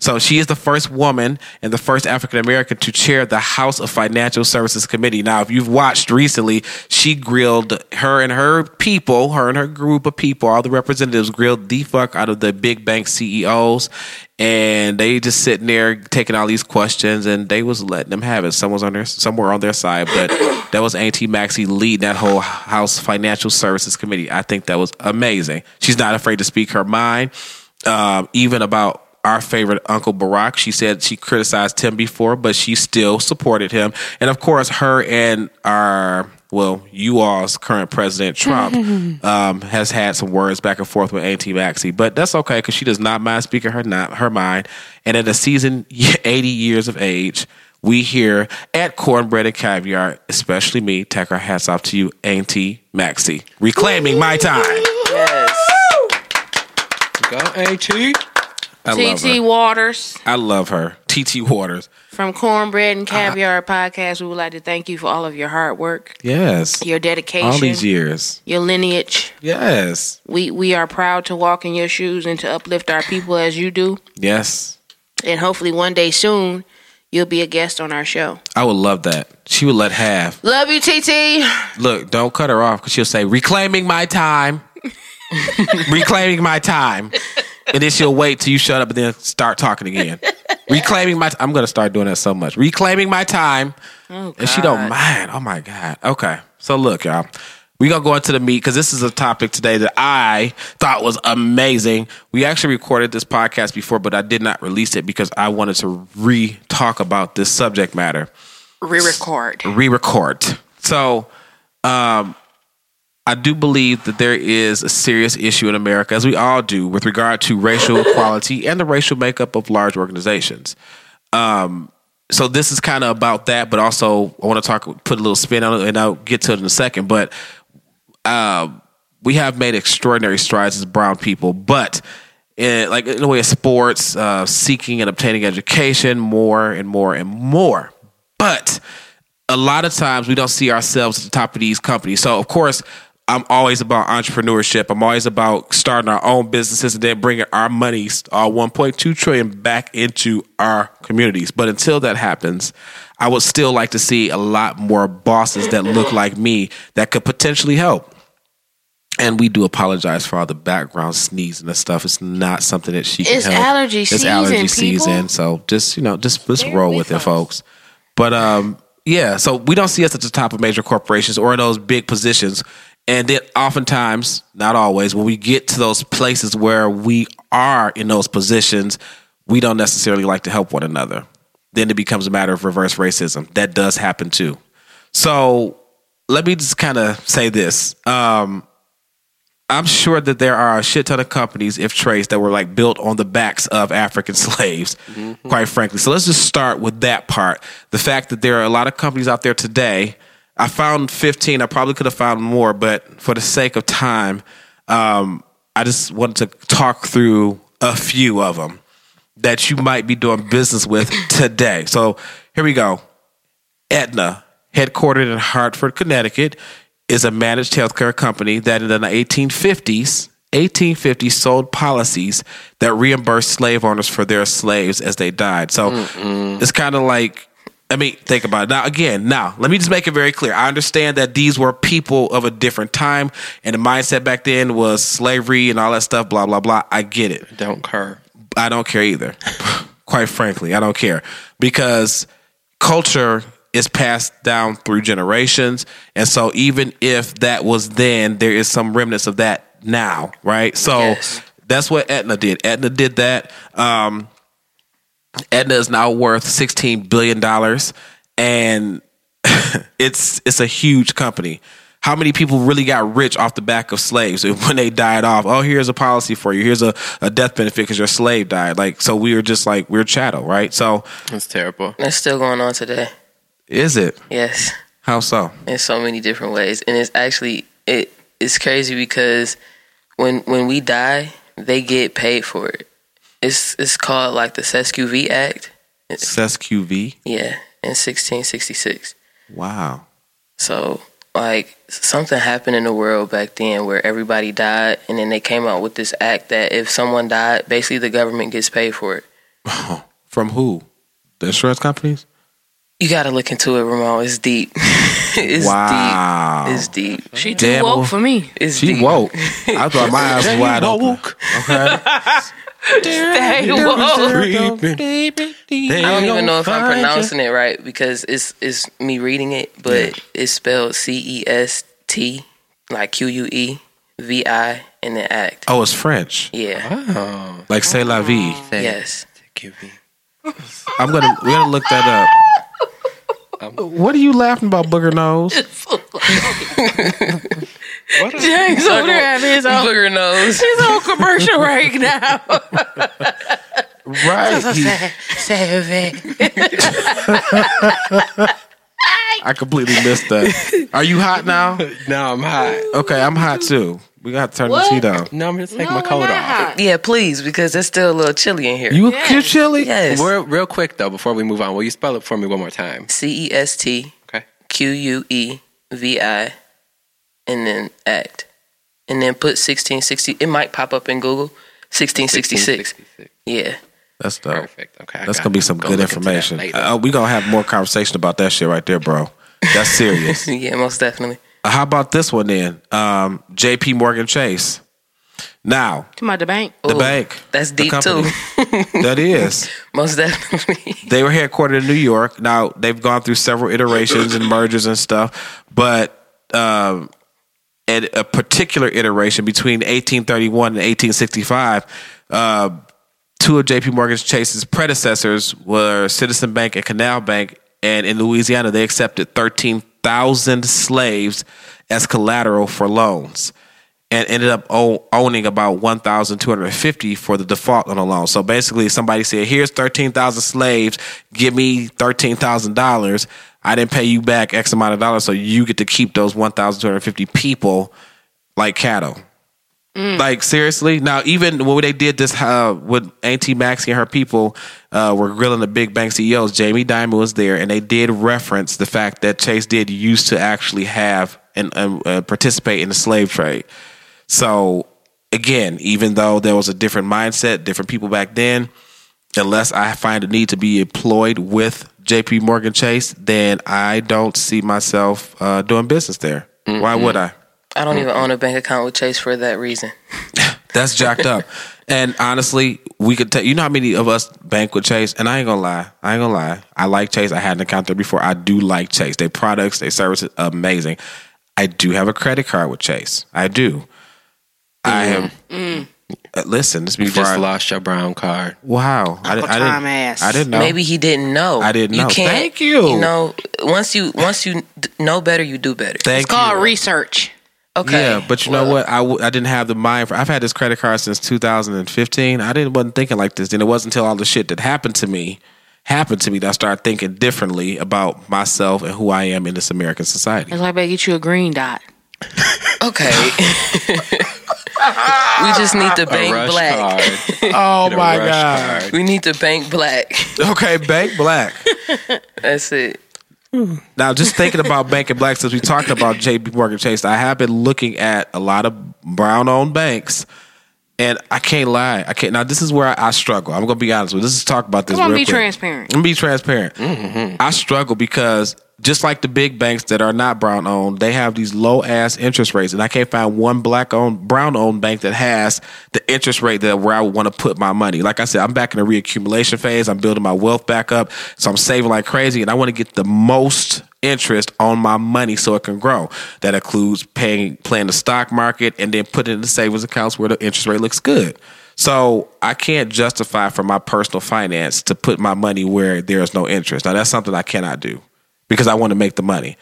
B: So she is the first woman and the first African American to chair the House of Financial Services Committee. Now, if you've watched recently, she grilled her and her people, her and her group of people, all the representatives grilled the fuck out of the big bank CEOs. And they just sitting there taking all these questions and they was letting them have it. Someone's on their somewhere on their side. But that was Auntie Maxie leading that whole House Financial Services Committee. I think that was amazing. She's not afraid to speak her mind. Um, even about our favorite Uncle Barack. She said she criticized him before, but she still supported him. And of course, her and our, well, you all's current president, Trump, um, has had some words back and forth with Auntie Maxie. But that's okay because she does not mind speaking her, not, her mind. And at a season 80 years of age, we here at Cornbread and Caviar, especially me, take our hats off to you, Auntie Maxie, reclaiming my time.
E: Yes.
D: Go AT.
B: I love
C: TT
B: her.
C: Waters
B: I love her. TT Waters.
C: from Cornbread
B: Uh-huh.
C: and Caviar Podcast. We would like to thank you for all of your hard work,
B: Yes.
C: your dedication,
B: all these years.
C: your lineage.
B: Yes.
C: We we are proud to walk in your shoes and to uplift our people as you do.
B: Yes.
C: And hopefully one day soon you'll be a guest on our show.
B: I would love that. She would let half.
C: Love you, TT.
B: Look, don't cut her off because she'll say, reclaiming my time. reclaiming my time. And then she'll wait till you shut up and then start talking again. reclaiming my time. I'm going to start doing that so much. Reclaiming my time. and she don't mind. Oh my God. Okay. So look, y'all. We gonna go into the meat because this is a topic today that I thought was amazing. We actually recorded this podcast before, but I did not release it because I wanted to re talk about this subject matter
C: Re-record.
B: re-record. So, um, I do believe that there is a serious issue in America, as we all do, with regard to racial equality and the racial makeup of large organizations. Um, so this is kind of about that, but also I want to talk, put a little spin on it, and I'll get to it in a second. But we have made extraordinary strides as brown people, but in, like in the way of sports, uh, seeking and obtaining education more and more and more. But a lot of times we don't see ourselves at the top of these companies. So, of course, I'm always about entrepreneurship. I'm always about starting our own businesses and then bringing our monies, our 1.2 trillion, back into our communities. But until that happens, I would still like to see a lot more bosses that look like me that could potentially help. And we do apologize for all the background sneezing and stuff. It's not something that she can
C: It's
B: help.
C: allergy season, people.
B: So just you know, just just
C: Bear
B: roll
C: with
B: with it,
C: us.
B: folks. But um, yeah. So we don't see us at the top of major corporations or in those big positions. And then oftentimes, not always, when we get to those places where we are in those positions, we don't necessarily like to help one another. Then it becomes a matter of reverse racism. That does happen too. So let me just kind of say this. Um, I'm sure that there are a shit ton of companies, if traced, that were like built on the backs of African slaves, quite frankly. So let's just start with that part. The fact that there are a lot of companies out there today. I found 15. I probably could have found more, but for the sake of time, um, I just wanted to talk through a few of them that you might be doing business with today. So here we go. Aetna, headquartered in Hartford, Connecticut, is a managed healthcare company that in the 1850s, 1850 sold policies that reimbursed slave owners for their slaves as they died. So it's kind of like, I mean, think about it. Now, again, now, let me just make it very clear. I understand that these were people of a different time, and the mindset back then was slavery and all that stuff, blah, blah, blah. I get it.
D: Don't cur.
B: I don't care either. Quite frankly, I don't care because culture is passed down through generations, and so even if that was then, there is some remnants of that now, right? So
E: Yes.
B: that's what Etna did. Etna did that. Um, Aetna is now worth sixteen billion dollars, and it's it's a huge company. how many people really got rich off the back of slaves when they died off? Oh, here's a policy for you. Here's a, a death benefit because your slave died. Like, so we were just like, we're chattel, right? So
D: That's terrible.
E: That's still going on today.
B: is it?
E: Yes,
B: How so?
E: in so many different ways, and it's actually it it's crazy because when when we die, they get paid for it. It's it's called like the SESQV Act.
B: SESQV?
E: Yeah, in 1666.
B: Wow.
E: So like something happened in the world back then where everybody died, and then they came out with this act that if someone died, basically the government gets paid for it.
B: From who? The insurance companies?
E: You gotta look into it, Ramon. It's deep. it's
B: Wow.
E: deep. It's deep.
C: She too
B: Damn, well-
C: woke for me.
E: It's
B: She
E: deep.
B: woke. I thought my eyes were wide open. Okay.
E: Stay woke. I don't even know if I'm pronouncing
B: it.
E: it right because it's it's me reading it, but it's spelled C E S T, like Q U E V I, and then act.
B: Oh, it's French.
E: Yeah.
D: Oh,
B: Like say la vie.
E: Yes.
D: QV.
B: I'm gonna we're gonna look that up. Um, What are you laughing about, booger nose?
C: James over there having his own,
E: Booger nose.
C: his own commercial right now.
B: Right. He-
C: Seven.
B: I completely missed that. Are you hot now?
D: No, I'm hot.
B: Okay, I'm hot too. We gotta turn
C: What?
B: the heat down.
D: No, I'm gonna take
C: No,
D: my
C: we're
D: coat
C: not
D: off.
C: hot.
E: Yeah, please, because it's still a little chilly in here.
B: You
C: Yes.
B: you chilly?
E: yes.
D: Real, real quick though, before we move on, will you spell it for me one more time?
E: C E S T
D: Okay.
E: Q U E V I, and then act, and then put 1660. It might pop up in Google. 1666.
D: 1666.
E: Yeah.
B: That's dope.
D: Perfect. Okay. I
B: That's
D: got
B: gonna be
D: it.
B: some
D: Go
B: good
D: look into that
B: information.
D: later.
B: Uh, we gonna have more conversation about that shit right there, bro. That's serious. Uh,
E: Yeah, most definitely.
B: How about this one then? Um, J.P. Morgan Chase. Now
C: Come out the bank.
B: the
E: Ooh,
B: bank.
E: That's
B: the
E: deep
B: company.
E: too.
B: that is.
E: Most definitely.
B: They were headquartered in New York. Now they've gone through several iterations and mergers and stuff, but um, at a particular iteration between 1831 and 1865, uh, two of J.P. Morgan Chase's predecessors were Citizen Bank and Canal Bank, and in Louisiana they accepted 13,000 slaves as collateral for loans. And ended up o- owning about 1,250 for the default on a loan. So basically, somebody said, Here's 13,000 slaves, give me $13,000. I didn't pay you back X amount of dollars, so you get to keep those 1,250 people like cattle. Like seriously, now even when they did this, uh, with Auntie Maxie and her people uh, were grilling the big bank CEOs. Jamie Dimon was there, and they did reference the fact that Chase did used to actually have and um, uh, participate in the slave trade. So again, even though there was a different mindset, different people back then, unless I find a need to be employed with J.P. Morgan Chase, then I don't see myself uh, doing business there. Why would I?
E: I don't even own a bank account with Chase for that reason.
B: That's jacked up. and honestly, we could take. You know how many of us bank with Chase? And I ain't gonna lie. I ain't gonna lie. I like Chase. I had an account there before. I do like Chase. Their products, their services, amazing. I do have a credit card with Chase. I do. I am. Uh, Listen, this
D: You
B: before
D: just
B: I,
D: lost your brown card.
B: Wow, I, di- I
C: Tom
B: didn't.
C: ass.
B: I didn't know.
E: Maybe he didn't know.
B: I didn't know.
E: You can't,
B: Thank you.
E: You know, once you once you d- know better, you do better.
B: Thank
C: It's called
B: you.
C: research.
E: okay.
B: Yeah, but you know
E: well,
B: what? I, w- I didn't have the mind for. I've had this credit card since 2015. I didn't wasn't thinking like this. Then it wasn't until all the shit that happened to me happened to me that I started thinking differently about myself and who I am in this American society.
C: It's like they get you a green dot.
E: Okay. we just need to
D: A
E: bank
D: rush
E: black.
D: card.
B: Oh
D: Get a rush card.
E: We need to bank black.
B: Okay, Bank Black.
E: That's it.
B: Now, just thinking about Bank and Black, since we talked about JP Morgan Chase, I have been looking at a lot of brown owned banks. And I can't lie. I can't. Now, this is where I, I struggle. I'm going to be honest with you. Let's just talk about this
C: Come on,
B: real
C: be
B: quick.
C: transparent.
B: I'm gonna be transparent. I struggle because just like the big banks that are not brown owned, they have these low ass interest rates, and I can't find one black owned, brown owned bank that has the interest rate that where I would want to put my money. Like I said, I'm back in the reaccumulation phase. I'm building my wealth back up, so I'm saving like crazy, and I want to get the most interest on my money so it can grow. That includes paying, playing the stock market, and then putting it in the savings accounts where the interest rate looks good. So I can't justify for my personal finance to put my money where there is no interest. Now that's something I cannot do because I want to make the money.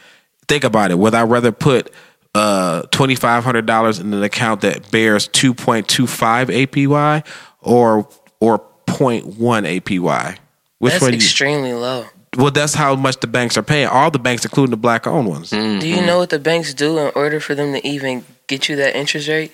B: Think about it. Would I rather put uh, twenty five hundred dollars in an account that bears two point two five APY or or 0.1 APY? Which
E: That's
B: one? You,
E: extremely low.
B: well, that's how much the banks are paying. All the banks, including the black owned ones.
E: Do you know what the banks do in order for them to even get you that interest rate?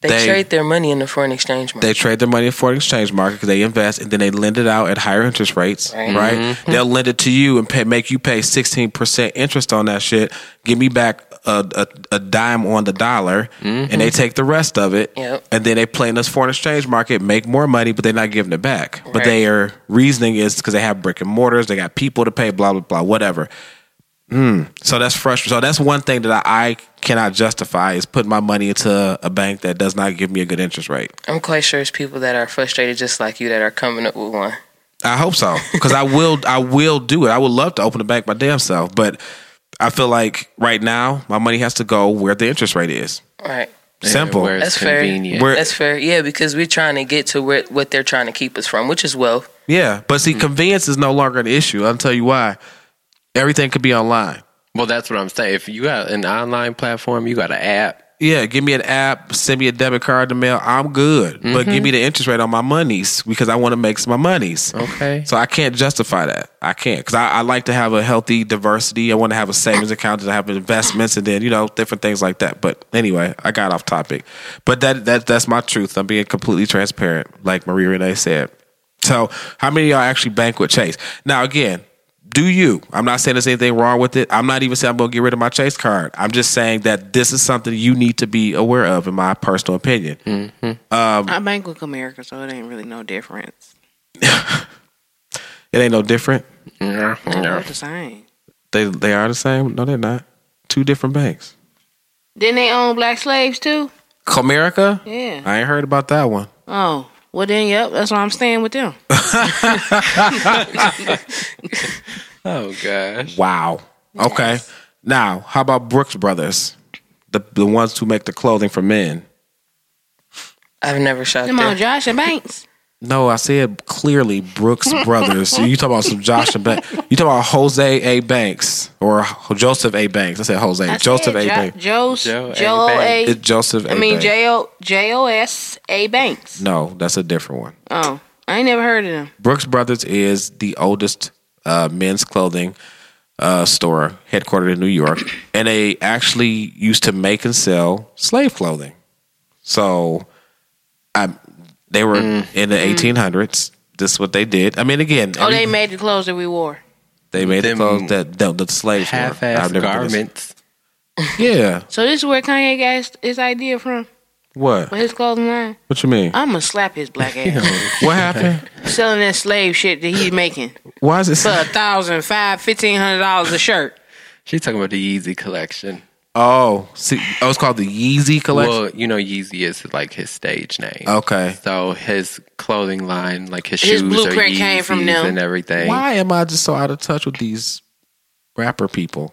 E: They,
B: They-
E: trade their money in the foreign exchange market.
B: They trade their money in foreign exchange market because they invest and then they lend it out at higher interest rates, right? They'll lend it to you and pay, make you pay sixteen percent interest on that shit. Give me back a, a, a dime on the dollar, and they take the rest of it,
E: Yep.
B: and then they play in this foreign exchange market, make more money, but they're not giving it back. But
E: Right.
B: their reasoning is because they have brick and mortars, they got people to pay, blah blah blah, whatever. Hmm. So that's frustrating. So that's one thing that I, I cannot justify is putting my money into a bank that does not give me a good interest rate.
E: I'm quite sure it's people that are frustrated just like you that are coming up with one.
B: I hope so because I will. I will do it. I would love to open the bank my damn self, but I feel like right now my money has to go where the interest rate is.
E: All right.
B: Simple.
D: Where it's
E: That's fair.
D: convenient.
B: Where-
E: That's fair. Yeah, because we're trying to get to where what they're trying to keep us from, which is wealth.
B: Yeah, but see, convenience is no longer an issue. I'll tell you why. Everything could be online.
D: well, that's what I'm saying. If you got an online platform, you got an app.
B: Yeah, give me an app, send me a debit card in the mail. I'm good, but
D: Mm-hmm.
B: give me the interest rate on my monies because I want to make some my monies.
D: Okay.
B: So I can't justify that. I can't because I, I like to have a healthy diversity. I want to have a savings account that I have investments and then you know different things like that. But anyway, I got off topic. But that that that's my truth. I'm being completely transparent, like Marie Renee said. So how many of y'all actually bank with Chase? Now again. Do you? I'm not saying there's anything wrong with it. I'm not even saying I'm going to get rid of my Chase card. I'm just saying that this is something you need to be aware of, in my personal opinion.
C: I bank with America, so it ain't really no difference.
B: It ain't no different.
D: Yeah.
C: They're
D: yeah.
C: the same.
B: They they are the same. No, they're not. Two different banks.
C: Didn't they own black slaves too?
B: Comerica?
C: Yeah.
B: I ain't heard about that one.
C: Oh, well then, yep. That's why I'm staying with them.
D: Oh gosh.
B: Wow. Okay. Now, how about Brooks Brothers? The the ones who make the clothing for men.
E: I've never shot
C: Come
E: there.
C: on, Josh and Banks.
B: No, I said clearly Brooks Brothers. So you talk about some Josh and Banks. You talk about Jose A. Banks or Joseph A. Banks. I said Jose.
C: I
B: Joseph
C: said
B: A.
C: Jo-
B: Banks.
C: Joe's
D: Joe A.
C: Joe A.
B: It's Joseph A.
C: I mean
B: Banks.
C: J O J O S A Banks.
B: no, that's a different one.
C: Oh, I ain't never heard of them.
B: Brooks Brothers is the oldest uh, men's clothing uh, store headquartered in New York, and they actually used to make and sell slave clothing. So, I they were
D: Mm.
B: in the 1800s. This is what they did. I mean, again,
C: Oh, they
B: every-
C: made the clothes that we wore.
B: they made the
D: them
B: clothes that the, the slaves wore. I've
D: Half-ass
B: never done this.
D: garments.
B: Yeah.
C: So this is where Kanye got his, his idea from
B: What?
C: for his clothing line.
B: What you mean?
C: I'm gonna slap his black ass
B: What happened?
C: selling that slave shit that he's making
B: Why is it?
C: for a thousand, five, fifteen hundred dollars a shirt.
D: She's talking about the Yeezy collection.
B: oh, see, oh, it's called the Yeezy collection.
D: Well, you know, Yeezy is like his stage name.
B: okay.
D: So his clothing line, like his,
C: His
D: shoes,
C: blueprint
D: are
C: came from
D: Yeezys
C: them.
D: and everything.
B: Why am I just so out of touch with these rapper people?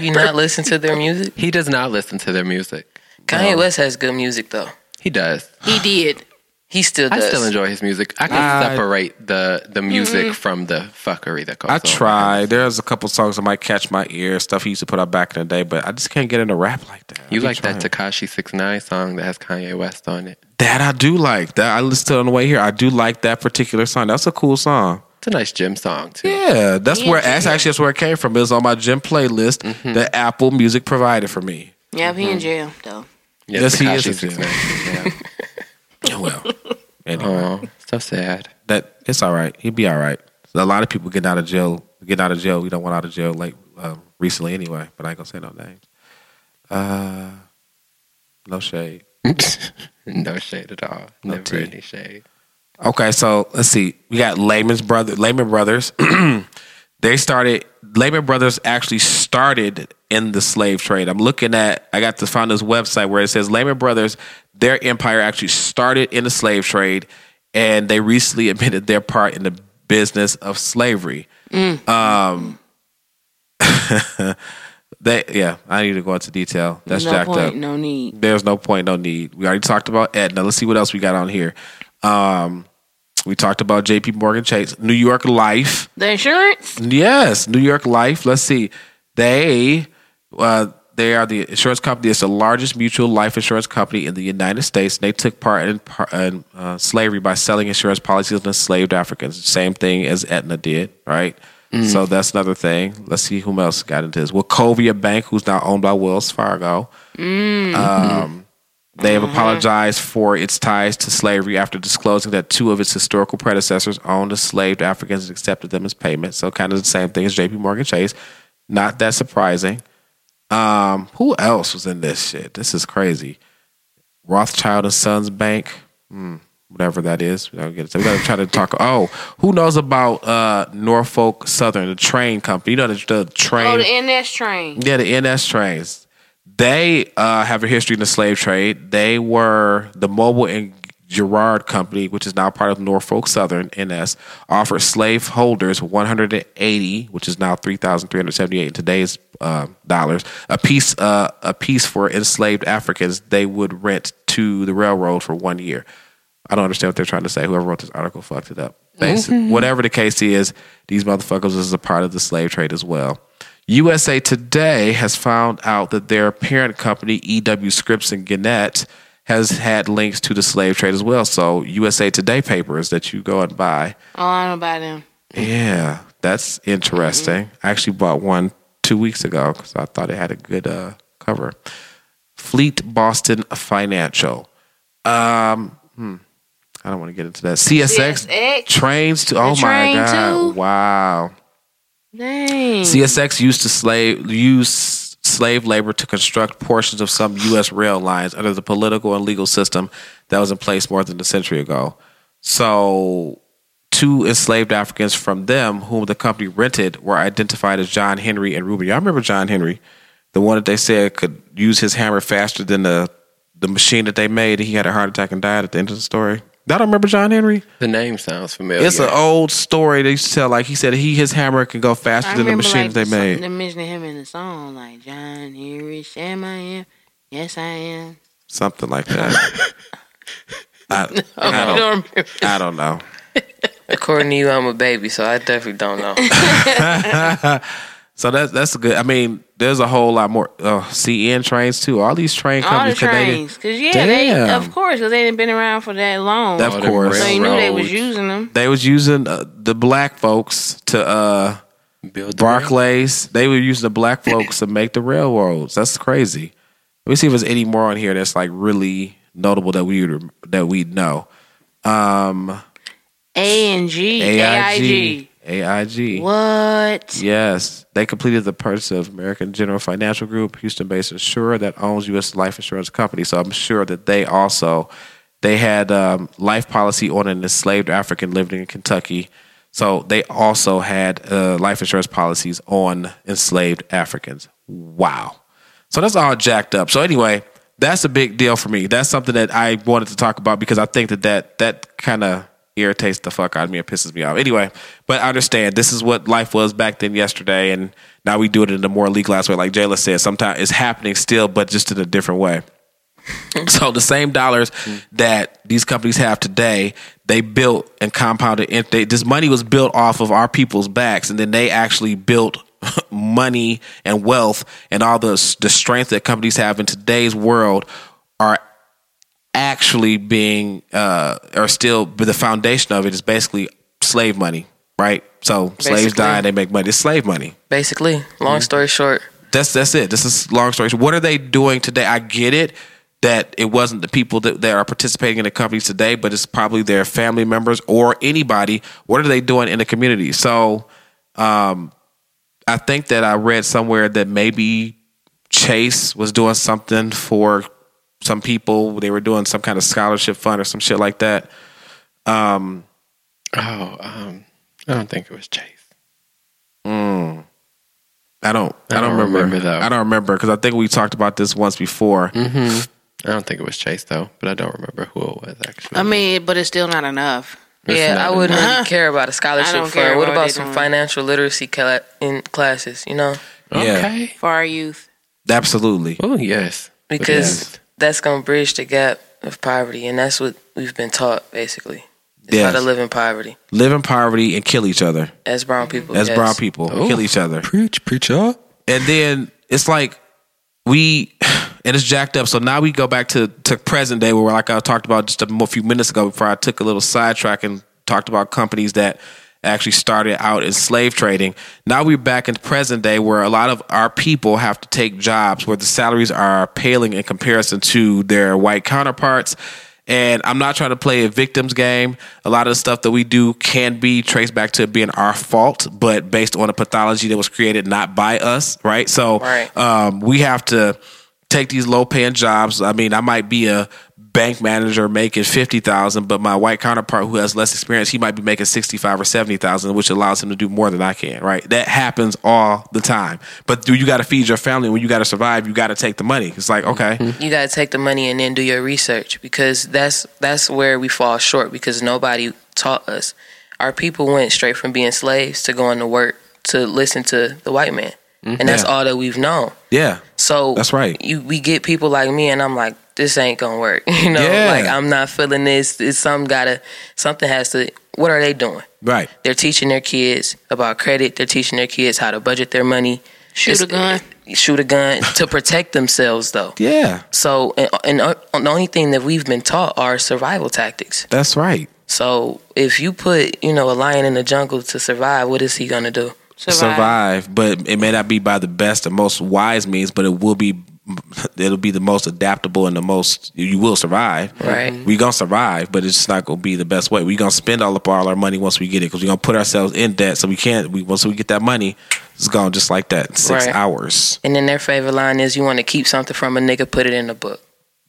E: You not listen to their music?
D: He does not listen to their music.
E: Kanye West has good music though.
D: He does.
C: He did.
E: He still
D: I
E: does.
D: still enjoy his music. I can
B: I-
D: separate the the music
E: Mm-hmm.
D: from the fuckery that goes
B: I
D: on.
B: try. There's a couple songs that might catch my ear, stuff he used to put out back in the day, but I just can't get into rap like that.
D: You
B: I be
D: like that
B: trying.
D: Takashi Six Nine song that has Kanye West on it?
B: That I do like. That I listened to it on the way here. I do like that particular song. That's a cool song.
D: It's a nice gym song too.
B: Yeah, that's
C: Yeah,
B: where
C: yeah.
B: that's actually that's where it came from. It was on my gym playlist
D: Mm-hmm.
B: that Apple Music provided for me.
C: Yep, he
B: Mm-hmm.
C: in jail though.
D: Yeah,
B: Yes, he
D: Tekashi
B: is a gym.
D: 6ix9ine. Yeah.
B: Oh, Well, anyway,
D: Oh, so sad.
B: that it's all right. He'll be all right. A lot of people getting out of jail, getting out of jail. We don't want out of jail like um, recently anyway. But I ain't gonna say no names. Uh, no shade.
D: no shade at all.
B: No
D: Never
B: tea.
D: any shade.
B: Okay, so let's see. We got Lehman's brother, Lehman Brothers. they started. Lehman Brothers actually started in the slave trade. I'm looking at. I got to find this website where it says Lehman Brothers. Their empire actually started in the slave trade, and they recently admitted their part in the business of slavery.
C: Mm.
B: Um, they yeah. I need to go into detail. That's
C: no
B: jacked
C: point,
B: up.
C: no need.
B: There's no point, no need. We already talked about Aetna. Let's see what else we got on here. Um, we talked about JP Morgan Chase, New York Life.
C: The insurance.
B: Yes, New York Life. Let's see. They uh, They are the insurance company. It's the largest mutual life insurance company in the United States. And they took part in, par- in uh, slavery by selling insurance policies to enslaved Africans. Same thing as Aetna did, right? So that's another thing. Let's see whom else got into this. Wachovia Bank, who's now owned by Wells Fargo. Um, they have apologized for its ties to slavery after disclosing that two of its historical predecessors owned enslaved Africans and accepted them as payment. So kind of the same thing as J.P. Morgan Chase. Not that surprising. Um, who else was in this shit? This is crazy. Rothschild and Sons Bank, hmm, whatever that is. We gotta, get it. we gotta try to talk. Oh, who knows about uh, Norfolk Southern, the train company? You know the, the train.
F: Oh, the NS train.
B: Yeah, the NS trains. They uh, have a history in the slave trade. They were the Mobile and Gerard Company, which is now part of Norfolk Southern NS, offered slave holders 180, which is now 3,378 in today's uh, dollars, a piece uh, a piece for enslaved Africans. They would rent to the railroad for one year. I don't understand what they're trying to say. Whoever wrote this article fucked it up. Basically, whatever the case is, these motherfuckers is a part of the slave trade as well. USA Today has found out that their parent company, EW Scripps and Gannett, has had links to the slave trade as well. So USA Today papers that you go and buy.
F: Oh, I don't know about them.
B: Yeah, that's interesting. I actually bought one two weeks ago because I thought it had a good uh, cover. Fleet Boston Financial. Um, hmm, I don't want to get into that. CSX,
F: CSX?
B: trains to. Oh
F: train
B: my god!
F: too?
B: Wow.
F: Dang.
B: CSX used to slave use slave labor to construct portions of some U.S. rail lines under the political and legal system that was in place more than a century ago. So, two enslaved Africans from them, whom the company rented, were identified as John Henry and Ruby. I remember John Henry, the one that they said could use his hammer faster than the the machine that they made. He had a heart attack and died at the end of the story. I don't remember John Henry.
D: The name sounds familiar.
B: It's an old story they used to tell. Like he said, he his hammer can go faster
F: I
B: than the
F: remember,
B: machines
F: like,
B: they made.
F: They mentioned him in the song, like John Henry, Sham I am. Yes, I am.
B: something like that. I, I don't, I don't know.
E: According to you, I'm a baby, so I definitely don't know.
B: So that's that's a good. I mean, there's a whole lot more. Uh, CN trains too. All these train
F: All the
B: companies,
F: trains, cause yeah, they
B: Damn.
F: of course, cause they didn't been around for that long.
B: Of
D: All them
B: course.
F: so you knew they was
D: railroads
F: using them.
B: they, they was using uh, the black folks to uh,
D: built the rail-
B: Barclays. They were using the black folks to make the railroads. That's crazy. Let me see if there's any more on here that's like really notable that we would- that we know. Um,
F: A and G, AIG.
B: AIG, AIG.
F: What?
B: Yes, they completed the purchase of American General Financial Group, Houston-based insurer that owns U.S. life insurance company. So I'm sure that they also they had um, life policy on an enslaved African living in Kentucky. So they also had uh, life insurance policies on enslaved Africans. Wow. So that's all jacked up. So anyway, that's a big deal for me. That's something that I wanted to talk about because I think that that, that kind of irritates the fuck out of me and pisses me off. Anyway, but I understand this is what life was back then yesterday and now we do it in a more legalized way. Like Jayla said, sometimes it's happening still, but just in a different way. So the same dollars that these companies have today, they built and compounded. in- They, this money was built off of our people's backs, and then they actually built money and wealth and all the s- the strength that companies have in today's world are actually being uh are still but the foundation of it is basically slave money, right? So slaves
E: Basically.
B: die, they make money. It's slave money.
E: Basically, long story short,
B: That's that's it. This is long story. What are they doing today? I get it that it wasn't the people that, that are participating in the companies today, but it's probably their family members or anybody. What are they doing in the community? So um, I think that I read somewhere that maybe Chase was doing something for some people. They were doing some kind of scholarship fund or some shit like that.
D: Oh, um, I don't think it was Chase.
B: I don't. I don't, remember. Mm.
D: though.
B: I don't remember because I think we talked about this once before.
D: I don't think it was Chase though, but I don't remember who it was actually.
F: I mean, but it's still not enough.
D: It's
E: yeah,
D: not
E: I wouldn't really care about a scholarship
F: I don't
E: fund.
F: care
E: what
F: what
E: about
F: they
E: some
F: doing.
E: financial literacy cla- in classes? You know,
B: Yeah,
D: Okay.
F: for our youth.
B: absolutely.
D: Oh yes.
E: because that's gonna bridge the gap of poverty, and that's what we've been taught basically. It's
B: Yes.
E: how to live in poverty
B: Live in poverty and kill each other.
E: as brown people.
B: as
E: yes.
B: brown people
D: Oh.
B: kill each other
D: Preach, preacher.
B: and then it's like we and it's jacked up. So now we go back to to present day where we're like I talked about just a mo- few minutes ago before I took a little sidetrack and talked about companies that actually started out in slave trading. Now we're back in present day where a lot of our people have to take jobs where the salaries are paling in comparison to their white counterparts. And I'm not trying to play a victim's game. A lot of the stuff that we do can be traced back to being our fault, but based on a pathology that was created not by us, right? So
E: Right.
B: um, we have to take these low paying jobs. I mean, I might be a bank manager making fifty thousand, but my white counterpart who has less experience, he might be making sixty five or seventy thousand, which allows him to do more than I can. Right? That happens all the time. But do you got to feed your family? When you got to survive, you got to take the money. It's like okay,
E: you got to take the money and then do your research because that's that's where we fall short because nobody taught us. Our people went straight from being slaves to going to work to listen to the white man, and that's
B: Mm-hmm. Yeah.
E: all that we've known.
B: yeah,
E: So
B: That's right.
E: You, we get people like me, and I'm like, this ain't gonna work. You know,
B: Yeah.
E: like I'm not feeling this. It's some gotta, something has to. What are they doing?
B: right.
E: They're teaching their kids about credit. They're teaching their kids how to budget their money.
C: Shoot a gun.
E: Shoot a gun to protect themselves, though.
B: Yeah,
E: So, and, and uh, the only thing that we've been taught are survival tactics.
B: that's right.
E: So, if you put, you know, a lion in the jungle to survive, what is he gonna do?
B: survive. but it may not be by the best and most wise means, but it will be. It'll be the most adaptable and the most you will survive.
E: Right.
B: we gonna survive, but it's just not gonna be the best way. we gonna spend all of all our money once we get it because we gonna put ourselves in debt. So we can't. We once we get that money, it's gone just like that. in Six
E: Right.
B: hours.
E: And then their favorite line is, "You want to keep something from a nigga, put it in a book."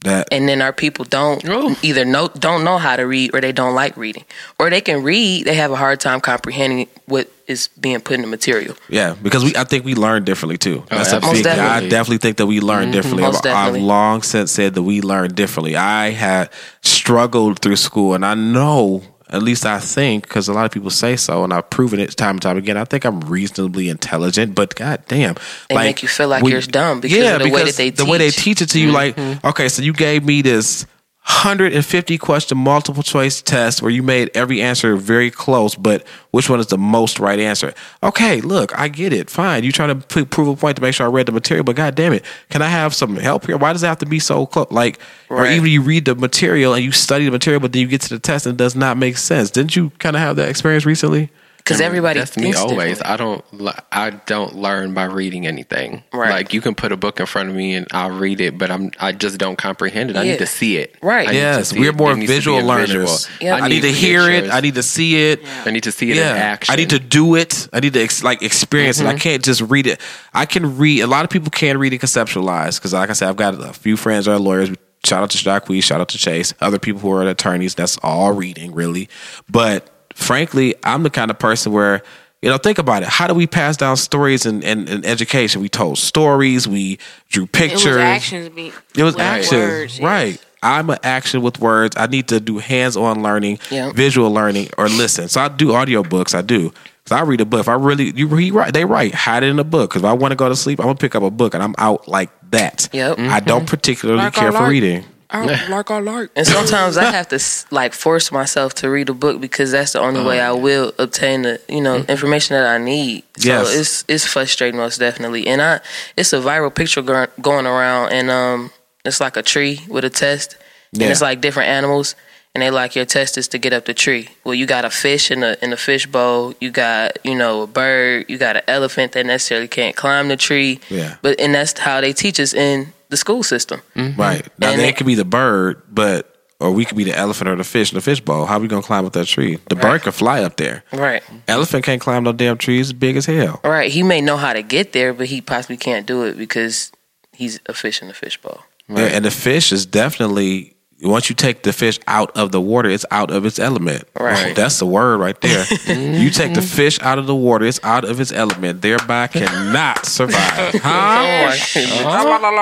B: That
E: and then our people don't
D: Oh.
E: either know don't know how to read or they don't like reading or they can read they have a hard time comprehending what is being put in the material
B: yeah, because we I think we learn differently too. That's a
D: absolutely.
B: big. I
D: Definitely.
B: definitely think that we learn differently.
E: Mm-hmm. Most
B: I've, I've
E: definitely.
B: long since said that we learn differently. I had struggled through school, and I know. At least I think, because a lot of people say so, and I've proven it time and time again. I think I'm reasonably intelligent, but god damn,
E: They make you feel like you're dumb because of the way that they
B: the way they
E: teach. Mm-hmm.
B: teach it to you like okay so you gave me this 150 question multiple choice test where you made every answer very close but which one is the most right answer okay look i get it fine you trying to p- prove a point to make sure i read the material but god damn it can i have some help here why does it have to be so close like or
E: Right.
B: even you read the material and you study the material but then you get to the test and it does not make sense didn't you kind of have that experience recently
E: because everybody
D: That's me
E: thinks
D: always.
E: differently.
D: I don't. li- I don't learn by reading anything.
E: Right.
D: Like you can put a book in front of me and I'll read it, but I'm. I just don't comprehend it. I
E: Yeah.
D: need to see it.
E: Right.
D: I need to
B: yes
D: see
B: we're
D: it.
B: more
D: It needs to be
B: visual
D: a
B: learners
D: visual.
B: i need to hear it
D: pictures.
B: i need to see it
D: I need to see it in action. Mm-hmm.
B: I need to do it. I need to ex- like experience it. I can't just read it. I can read. A lot of people can read and conceptualize because, like I said, I've got a few friends that are lawyers. Shout out to Jacquees. Shout out to Chase. Other people who are attorneys. That's all reading, really. But frankly, I'm the kind of person where. You know, think about it. How do we pass down stories in, in, in education? We told stories, we drew
F: It was
B: pictures.
F: actions. Be,
B: It was
F: with
B: action.
F: words, yes.
B: right. I'm an action with words. I need to do hands-on learning,
E: Yeah.
B: visual learning, or listen. So I do audiobooks. I do. Cause I read a book. If I really you he right, they right. Hide it in a book. Cause if I want to go to sleep, I'm gonna pick up a book and I'm out like that.
E: Yep.
B: I don't particularly
C: Like I
B: care for
C: like.
B: reading.
C: Oh, lark, oh, lark.
E: and sometimes i have to s- like force myself to read a book because that's the only
B: Oh,
E: way i will obtain the you know information that i need so
B: Mm. Yes.
E: it's it's frustrating most definitely and i it's a viral picture go- going around and um it's like a tree with a test
B: Yeah.
E: and it's like different animals and they like your test is to get up the tree well you got a fish in a in a fish bowl you got you know a bird you got an elephant that necessarily can't climb the tree
B: Yeah. Mm.
E: but and that's how they teach us in the school system
C: Mm-hmm.
B: Right. Now
E: And
B: they
E: it-
B: could be the bird, but or we could be the elephant or the fish in the fish bowl. How we gonna climb up that tree? The bird can fly up there.
E: right
B: Elephant can't climb no damn tree. It's big as hell.
E: Right. He may know how to get there, but he possibly can't do it because he's a fish in a fishbowl.
B: Yeah, and the fish is definitely once you take the fish out of the water, it's out of its element.
E: Right.
B: That's the word right there. you take the fish out of the water, it's out of its element, thereby cannot survive. Huh?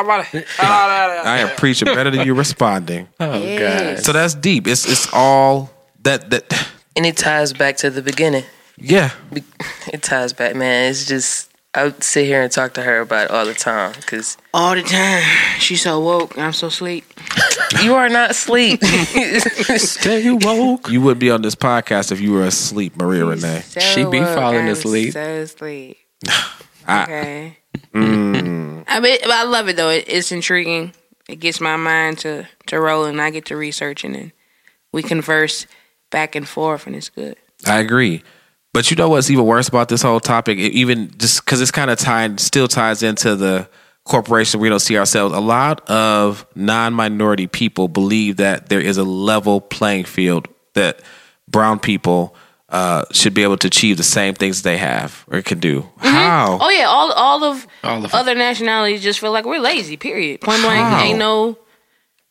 B: I am preaching better than you responding.
D: Oh god.
B: So that's deep. It's it's all that that
E: And it ties back to the beginning.
B: yeah.
E: Be- It ties back, man. It's just I sit here and talk to her about it all the time because
F: All the time. She's so woke. and I'm so sleep.
E: you are not asleep.
D: Stay woke.
B: You would be on this podcast if you were asleep, Maria Renee.
F: So
D: She be
F: woke,
D: falling
F: I'm
D: asleep.
F: So asleep.
B: I-
D: Mm.
F: Okay.
C: I mean, I love it though. It, it's intriguing. It gets my mind to to rolling. I get to researching and we converse back and forth, and it's good.
B: I agree. But you know what's even worse about this whole topic? It even just because it's kind of tied, still ties into the corporation we don't see ourselves. A lot of non minority people believe that there is a level playing field that brown people uh, should be able to achieve the same things they have or can do. How?
C: Oh yeah, all all of,
D: All of
C: other nationalities just feel like we're lazy. Period. Point blank,
B: How?
C: ain't no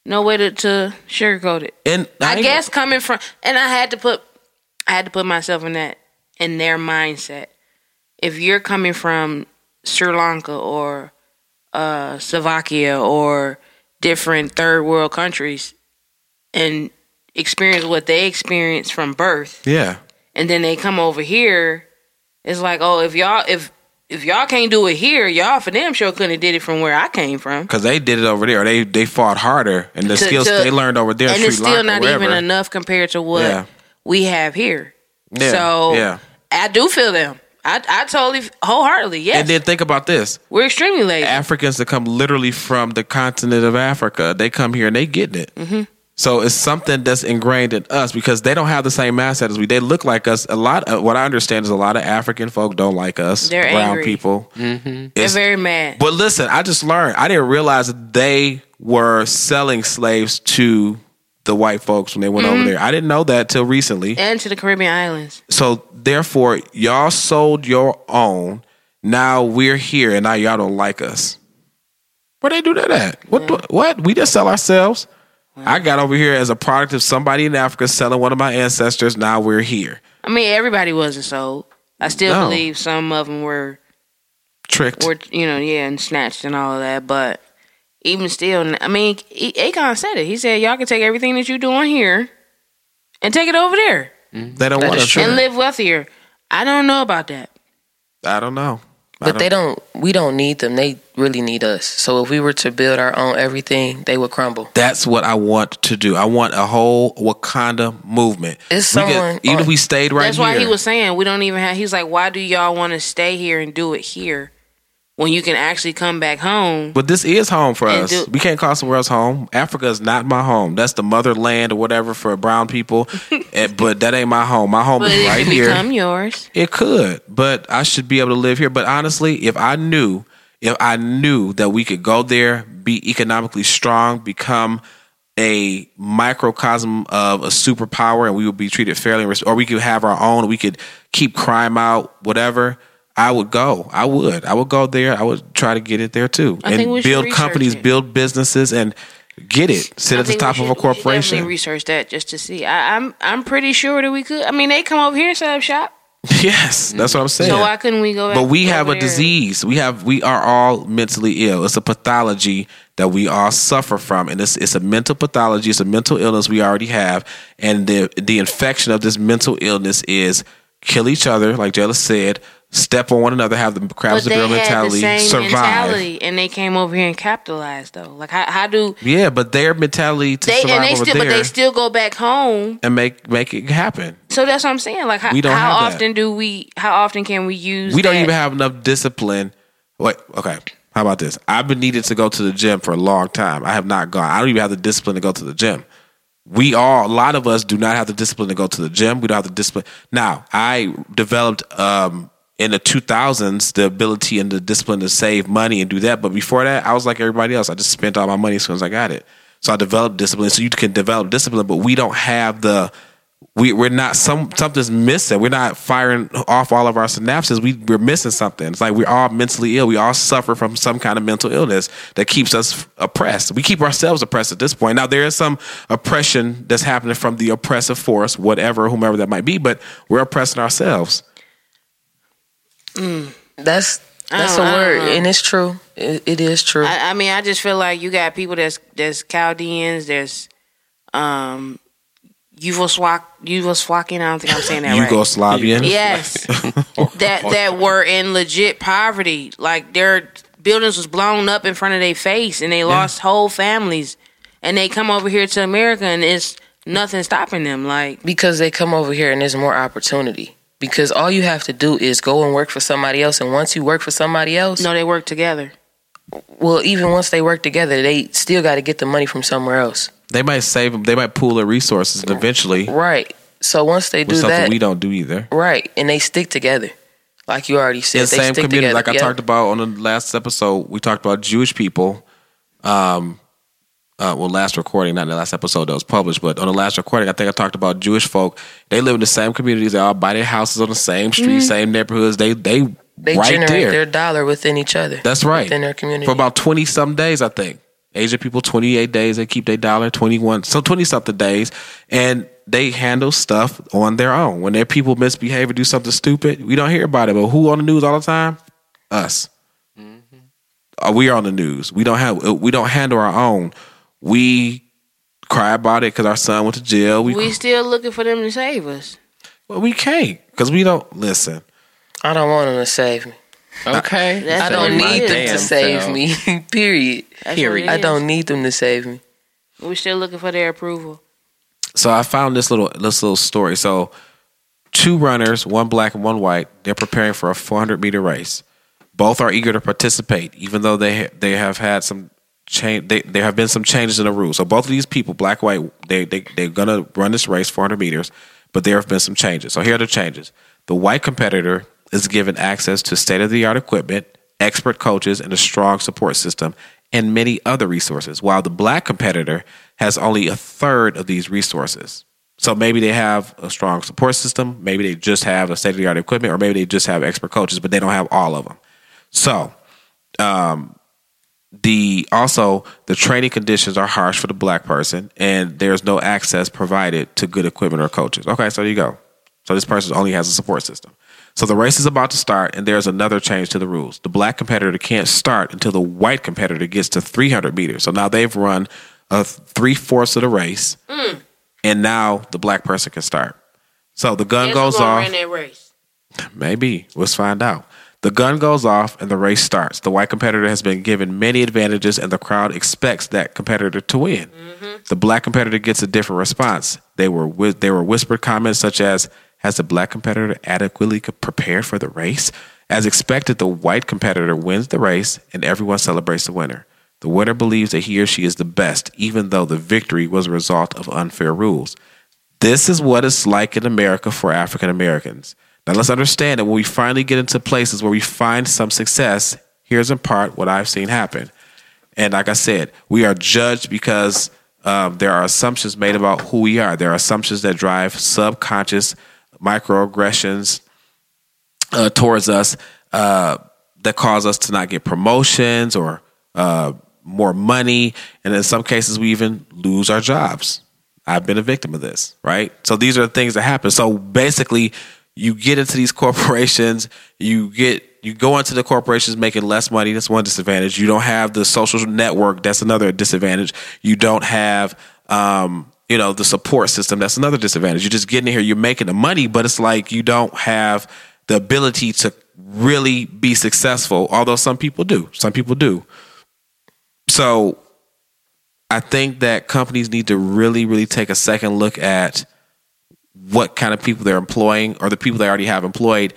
C: no way to, to sugarcoat it.
B: And
C: I
B: ain't-
C: guess coming from, and I had to put, I had to put myself in that, in their mindset. If you're coming from Sri Lanka or uh, Slovakia or different third world countries, and experience what they experience from birth,
B: Yeah.
C: and then they come over here, it's like, oh, if y'all, if if y'all can't do it here, y'all for damn sure couldn't have did it from where I came from.
B: Because they did it over there. They they fought harder and the
C: To-
B: skills
C: to-
B: they learned over there. in
C: and
B: Sri
C: it's still
B: Lanka,
C: not
B: wherever.
C: even enough compared to what
B: Yeah.
C: we have here.
B: Yeah,
C: so
B: yeah.
C: I do feel them. I I totally wholeheartedly yes.
B: And then think about this.
C: We're extremely lazy.
B: Africans that come literally from the continent of Africa. They come here and they getting it.
C: Mm-hmm.
B: So it's something that's ingrained in us because they don't have the same mindset as we. They look like us. A lot. Of, what I understand is a lot of African folk don't like us.
C: They're
B: brown
C: angry.
B: people.
C: They're very mad.
B: But listen, I just learned. I didn't realize that they were selling slaves to the white folks when they went
C: Mm-hmm.
B: over there. I didn't know that till recently.
C: and to the Caribbean islands.
B: So therefore, y'all sold your own. Now we're here, and now y'all don't like us. Where they do that at? What? do- what? We just sell ourselves. I got over here as a product of somebody in Africa selling one of my ancestors. Now we're here,
C: I mean, everybody wasn't sold. I still
B: No.
C: believe some of them were
B: tricked.
C: were you know yeah and snatched and all of that. But even still, I mean, A- Akon said it. He said y'all can take everything that you do on here and take it over there
B: they don't want us.
C: and
B: here.
C: live wealthier. I don't know about that.
B: I don't know. I
E: But they don't. We don't need them. They really need us. So if we were to build our own everything, they would crumble.
B: That's what I want to do. I want a whole Wakanda movement.
E: It's
B: We could-
E: someone-
B: even if we stayed right
C: That's why
B: here,
C: he was saying we don't even have. He's like, why do y'all want to stay here and do it here when you can actually come back home?
B: But this is home for
C: Mm-hmm. And
B: us.
C: do-
B: we can't call somewhere else home. Africa is not my home. That's the motherland or whatever for brown people. Eh, but that ain't my home. My home
C: But
B: is
C: it
B: right
C: can
B: here.
C: become yours.
B: it could, but I should be able to live here. But honestly, if I knew, if I knew that we could go there, be economically strong, become a microcosm of a superpower, and we would be treated fairly, and res- or we could have our own. We could keep crime out, whatever. I would go. I would. I would go there. I would try to get it there too,
C: I
B: and
C: think we should
B: build
C: research
B: companies,
C: it.
B: build businesses, and get it. Sit
C: I
B: at the
C: think we
B: top
C: should-
B: of a
C: we should
B: corporation.
C: Definitely research that just to see. I, I'm I'm pretty sure that we could. I mean, they come over here and set up shop.
B: yes, that's what I'm saying.
C: So why couldn't we go?
B: But
C: back
B: we
C: over
B: have a
C: there?
B: disease. We have we are all mentally ill. It's a pathology that we all suffer from, and it's it's a mental pathology. It's a mental illness we already have, and the the infection of this mental illness is kill each other, like Jayla said, step on one another, have the
C: But
B: crabs and
C: they
B: barrel
C: had
B: mentality,
C: the same
B: survive.
C: mentality, and they came over here and capitalized though. Like how, how do
B: Yeah, but their mentality to
C: they
B: survive
C: and they
B: over
C: still?
B: there
C: But they still go back home.
B: and make make it happen.
C: So that's what I'm saying. Like how,
B: We don't
C: how
B: have that.
C: often do we? How often can we use?
B: We don't
C: that?
B: even have enough discipline. Wait, okay. How about this? I've been needed to go to the gym for a long time. I have not gone. I don't even have the discipline to go to the gym. We all, a lot of us, do not have the discipline to go to the gym. We don't have the discipline. Now, I developed um, in the 2000s the ability and the discipline to save money and do that. But before that, I was like everybody else. I just spent all my money as soon as I got it. So I developed discipline. So you can develop discipline, but we don't have the we we're not some something's missing. We're not firing off all of our synapses. We we're missing something. It's like we're all mentally ill. We all suffer from some kind of mental illness that keeps us oppressed. We keep ourselves oppressed at this point. Now there is some oppression that's happening from the oppressive force, whatever, whomever that might be, but we're oppressing ourselves.
E: That's that's a
C: don't- I
E: word,
C: don't know.
E: and it's true. It, it is true.
C: I, I mean, I just feel like you got people that's that's Chaldeans, there's um Yugoslavak Yugoslavian. I don't think I'm saying that right.
B: Yugoslavian.
C: yes, that that were in legit poverty. Like their buildings was blown up in front of their face, and they lost whole families. And they come over here to America, and it's nothing stopping them. Like
E: because they come over here and there's more opportunity. Because all you have to do is go and work for somebody else, and once you work for somebody else,
C: no, they work together.
E: well, even once they work together, they still got to get the money from somewhere else.
B: They might save them. They might pool their resources and eventually,
E: Right. So once they
B: which
E: do
B: is something
E: that,
B: we don't do either.
E: right, and they stick together, like you already said,
B: In the
E: they
B: same
E: stick
B: community,
E: together.
B: like I
E: yeah.
B: talked about on the last episode, we talked about Jewish people. Um, uh, well, last recording, not the last episode that was published, but on the last recording, I think I talked about Jewish folk. They live in the same communities. They all buy their houses on the same street, same neighborhoods. They they,
E: Mm-hmm. They
B: right
E: generate
B: there.
E: their dollar within each other.
B: That's right.
E: Within their community.
B: for about 20 some days, I think. Asian people, 28 days, they keep their dollar, 21, so 20 something days, and they handle stuff on their own. When their people misbehave or do something stupid, we don't hear about it. But who on the news all the time? Us.
E: Mm-hmm.
B: Uh, We are on the news. We don't have. uh, We don't handle our own. We cry about it because our son went to jail. We
F: We
B: we,
F: still looking for them to save us.
B: well, we can't because we don't listen.
E: I don't want them to save me.
D: Okay.
F: That's
E: I
F: what
E: don't
F: it
D: My
E: need
F: is.
E: them
D: damn
E: to save
D: self.
E: me. Period.
F: That's
D: Period.
F: what
E: I
F: it is.
E: don't need them to save me.
F: We're still looking for their approval.
B: So I found this little this little story. So two runners, one black and one white, they're preparing for a 400 meter race. Both are eager to participate, even though they ha- they have had some change. They, there have been some changes in the rules. So both of these people, black white, they they they're gonna run this race 400 meters, but there have been some changes. So here are the changes. The white competitor is given access to state of the art equipment, expert coaches, and a strong support system, and many other resources. While the black competitor has only a third of these resources. So maybe they have a strong support system. Maybe they just have a state of the art equipment, or maybe they just have expert coaches, but they don't have all of them. So, um, the also the training conditions are harsh for the black person, and there's no access provided to good equipment or coaches. Okay, so there you go. So this person only has a support system. So the race is about to start, and there's another change to the rules. The black competitor can't start until the white competitor gets to 300 meters. So now they've run uh, three fourths of the race, and now the black person can start. So the gun
F: Guess who
B: goes
F: gonna
B: off.
F: Run that race.
B: Maybe. Let's find out. The gun goes off and the race starts. The white competitor has been given many advantages, and the crowd expects that competitor to win. The black competitor gets a different response. They were whi- they were whispered comments such as, "Has the black competitor adequately co- prepared for the race?" As expected, the white competitor wins the race, and everyone celebrates the winner. The winner believes that he or she is the best, even though the victory was a result of unfair rules. This is what it's like in America for African Americans. Now let's understand that when we finally get into places where we find some success, here's in part what I've seen happen. And like I said, we are judged because um, there are assumptions made about who we are. There are assumptions that drive subconscious microaggressions uh, towards us uh, that cause us to not get promotions or uh, more money. And in some cases, we even lose our jobs. I've been a victim of this, right? So these are the things that happen. So basically, you get into these corporations, you get you go into the corporations making less money. That's one disadvantage. You don't have the social network. That's another disadvantage. You don't have, um, you know, the support system. That's another disadvantage. You're just getting in here. You're making the money, but it's like you don't have the ability to really be successful. Although some people do. Some people do. So I think that companies need to really, really take a second look at what kind of people they're employing or the people they already have employed.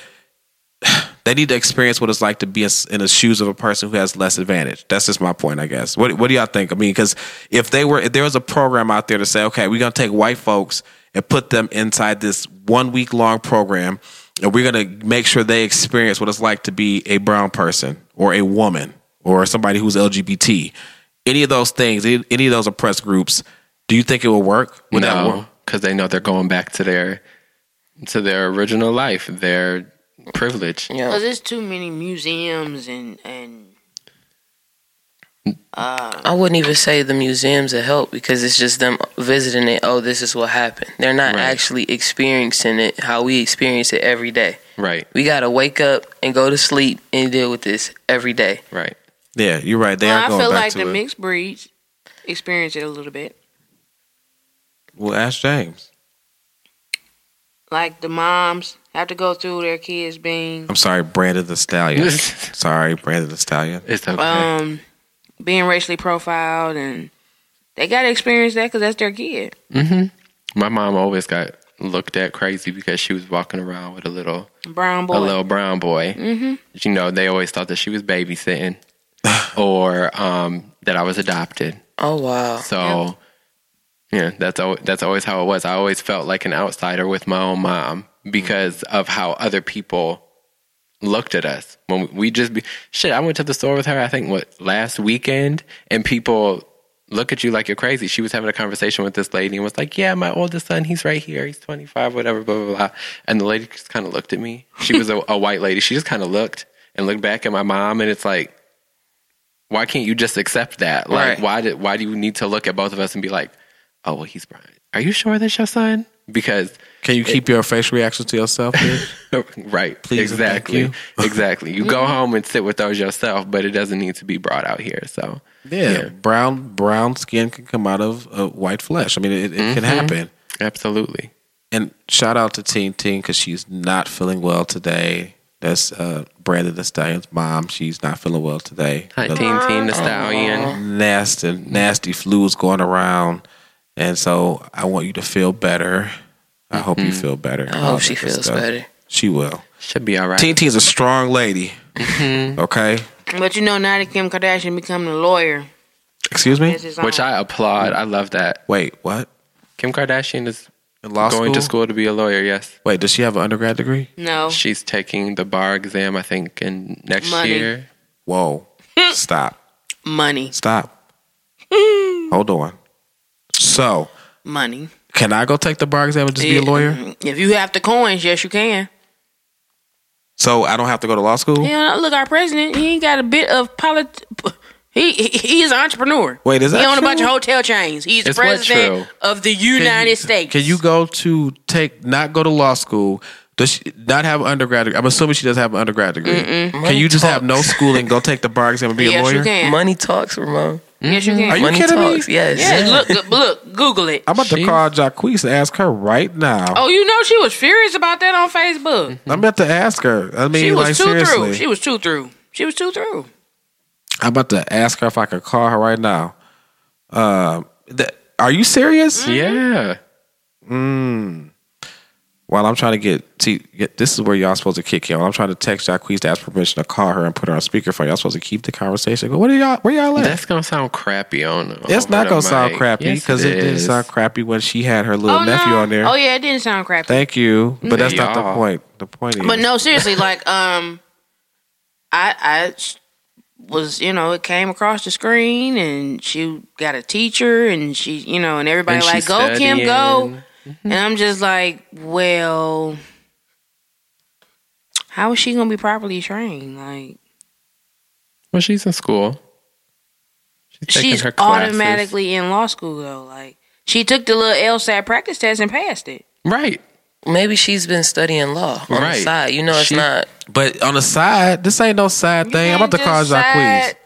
B: They need to experience what it's like to be in in the shoes of a person who has less advantage. That's just my point, I guess. What What do y'all think? I mean, because if they were, if there was a program out there to say, okay, we're gonna take white folks and put them inside this one week long program, and we're gonna make sure they experience what it's like to be a brown person or a woman or somebody who's LGBT, any of those things, any any of those oppressed groups, do you think it will work? Would that work?
D: No, because they know they're going back to their to their original life, their privilege.
E: Yeah.
B: Oh.
F: Cause there's too many museums and and
B: Mm.
F: uh,
E: I wouldn't even say the museums a help because it's just them visiting it. Oh, this is what happened. They're not
D: Right.
E: actually experiencing it how we experience it every day.
D: Right,
E: We gotta wake up and go to sleep and deal with this every day.
D: right.
B: Yeah, you're right. They
F: well,
B: are
F: I
B: going
F: feel
B: back
F: like
B: to
F: the
B: it.
F: mixed breeds experience it a little bit.
B: well, ask James.
F: Like the moms have to go through their kids being
B: I'm sorry, Brandon the Stallion. sorry, Brandon the Stallion.
D: It's okay.
F: um being racially profiled and they got to experience that because that's their kid.
D: hmm My mom always got looked at crazy because she was walking around with a little
F: Brown boy.
D: a little brown boy. Mm-hmm. You know, they always thought that she was babysitting. or um, that I was adopted.
E: Oh wow.
D: So yeah, that's al- that's always how it was. I always felt like an outsider with my own mom because of how other people looked at us when we- we just be shit. I went to the store with her. I think what last weekend, and people look at you like you're crazy. She was having a conversation with this lady and was like, "Yeah, my oldest son, he's right here. He's 25, whatever, blah blah blah." And the lady just kind of looked at me. She was a, a white lady. She just kind of looked and looked back at my mom, and it's like why can't you just accept that? Like,
E: Right.
D: why did why do you need to look at both of us and be like, oh well, he's Brian. Are you sure that's your son? Because
B: Can you keep your face reactions to yourself? bitch?
D: right,
B: Please and thank Mm-hmm.
D: exactly, exactly. You go home and sit with those yourself, but it doesn't need to be brought out here. So
B: yeah. brown brown skin can come out of uh, white flesh. I mean, it, it
E: Mm-hmm.
B: can happen.
D: absolutely,
B: And shout out to Teen Teen because she's not feeling well today. That's uh, Brandon the Stallion's mom. She's not feeling well today.
D: hi,
B: Another
D: Teen Teen the Stallion.
B: nasty, nasty fluids going around, and so I want you to feel better. I hope you feel better.
E: Mm-hmm. I hope she feels better.
B: She will.
D: Should be all right.
B: Teen Teen's a strong lady.
C: Mm-hmm.
B: Okay,
C: But you know, now that Kim Kardashian becoming a lawyer,
B: excuse me.
C: this is
D: Which I applaud. I love that.
B: Wait, what?
D: Kim Kardashian is
B: In law
D: going
B: school?
D: to school to be a lawyer. Yes,
B: Wait, does she have an undergrad degree?
C: no.
D: she's taking the bar exam. I think in next
C: Money.
D: year.
B: Whoa! Stop!
C: Money,
B: Stop! Hold on. So,
C: money.
B: can I go take the bar exam and just be a
C: Yeah.
B: lawyer?
C: If you have the coins, yes, you can.
B: So I don't have to go to law school?
C: Yeah, look, our president, he ain't got a bit of polit. He, he he's an entrepreneur.
B: Wait, is that
C: he own
B: true?
C: a bunch of hotel chains? He's
D: Is what true?
C: president of the United States.
B: Can you go to take not go to law school? Does she not have an undergrad? degree? I'm assuming she doesn't have an undergrad degree. Can you just have no school and go take the bar exam and be a
C: Yes,
B: lawyer? Mm-hmm.
C: you can.
E: Money talks, Ramon.
C: Yes, you can.
B: Are you
E: Money
B: kidding
E: talks.
B: me?
E: Yes.
C: Yeah, look, look, Google it.
B: I'm about to call Jacquees and ask her right now.
C: Oh, you know she was furious about that on Facebook.
B: I'm about to ask her. I mean,
C: She was
B: like
C: too
B: seriously,
C: through. She was too through. She was too through.
B: I'm about to ask her if I could call her right now. Um, th- are you serious?
C: Mm-hmm.
B: Mm.
D: Yeah.
C: Mm.
B: While I'm trying to get, see, get- this is where y'all supposed to kick in. While I'm trying to text Jacquees to ask permission to call her and put her on speakerphone, y'all supposed to keep the conversation. Go, what are y'all? Where y'all at?
D: That's gonna sound crappy on.
B: It's
D: over
B: not
D: the
B: gonna sound
D: mic.
B: crappy
D: Yes,
B: because it, did
D: is.
B: sound crappy when she had her little
C: Oh
B: nephew
C: no.
B: on there.
C: Oh yeah, it didn't sound crappy.
B: Thank you, but that's not the
D: Y'all.
B: point. The point is,
C: But no, seriously, like um, I I sh- was you know it came across the screen and she got a teacher and she you know and everybody
D: And she
C: like go Kim go
D: studying.
C: and I'm just like well how is she gonna be properly trained like
D: Well, she's in school. taking
C: she's
D: her classes.
C: automatically in law school though like she took the little LSAT practice test and passed it
D: Right.
E: Maybe she's been studying law on
D: Right.
E: the side. You know, it's
D: She-
E: not.
B: but on the side, this ain't no side thing. I'm about to call
C: Just
B: Jacquees.
C: side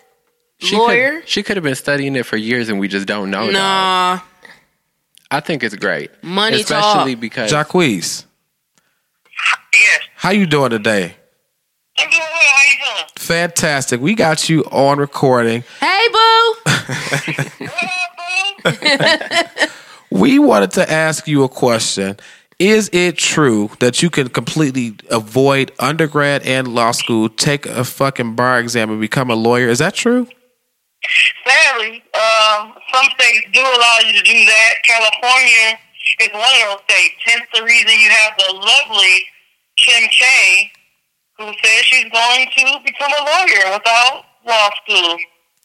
C: lawyer
D: Could, she could have been studying it for years, and we just don't know. though.
C: nah
D: I think it's great.
C: Money
D: especially because
B: Jacquees,
G: Yes.
B: how you doing today?
G: I'm doing well. How you doing?
B: Fantastic. We got you on recording.
C: hey boo
G: Well, boo.
B: We wanted to ask you a question. Is it true that you can completely avoid undergrad and law school, take a fucking bar exam, and become a lawyer? Is that true?
G: Sadly, um, some states do allow you to do that. California is one of those states. Hence the reason you have the lovely Kim K, who says she's going to become a lawyer without law school.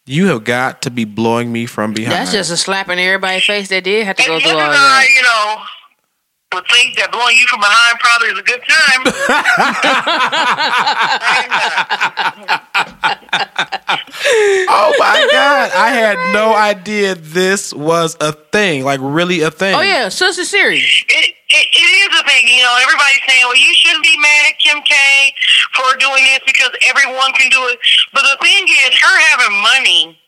B: You have got to be blowing me from behind.
C: That's just a slap in everybody's face that did have to
G: And
C: go
G: you
C: through all
G: and
C: that.
G: I, you know, would think that blowing you from behind probably is a good time.
B: Oh my god! I had no idea this was a thing, like really a thing.
C: Oh yeah, sister series.
G: it, it, it is a thing, you know. Everybody's saying, "Well, you shouldn't be mad at Kim K for doing this because everyone can do it." But the thing is, her having money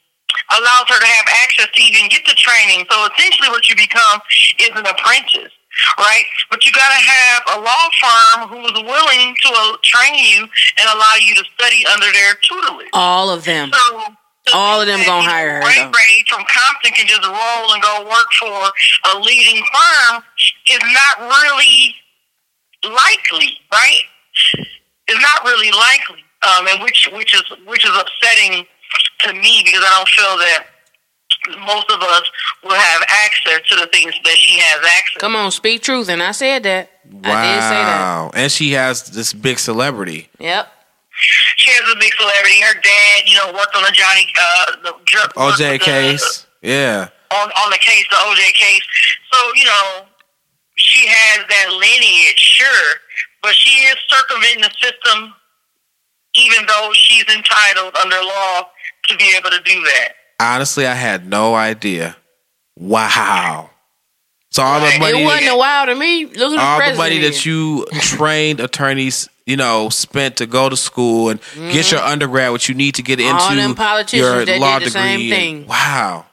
G: allows her to have access to even get the training. So essentially, what you become is an apprentice, right? But you got to have a law firm who is willing to uh, train you and allow you to study under their tutelage.
C: All of them.
G: So the
C: All of them
G: fact
C: gonna
G: that
C: hire her,
G: Ray
C: though.
G: Ray from Compton can just roll and go work for a leading firm is not really likely, right? Is not really likely, um, and which which is which is upsetting to me because I don't feel that most of us will have access to the things that she has access.
C: Come on, speak truth. And I said that. I did say that.
B: Wow. And she has this big celebrity.
C: Yep.
G: She has a big celebrity. Her dad, you know, worked on the Johnny uh, the drug
B: OJ
G: the-
B: case. Yeah.
G: on on the case, the OJ case. So you know, she has that lineage, sure, but she is circumventing the system, even though she's entitled under law to be able to do that.
B: Honestly, I had no idea. Wow. So all the
G: Right.
B: money
C: It wasn't a while to me. Look at the
B: all
C: president.
B: the money that you trained attorneys, you know, spent to go to school and get your undergrad, what you need to get into
C: Mm-hmm. All them politicians
B: your
C: that
B: law
C: did the
B: degree.
C: same
B: and-
C: thing. Mm-hmm.
B: Wow,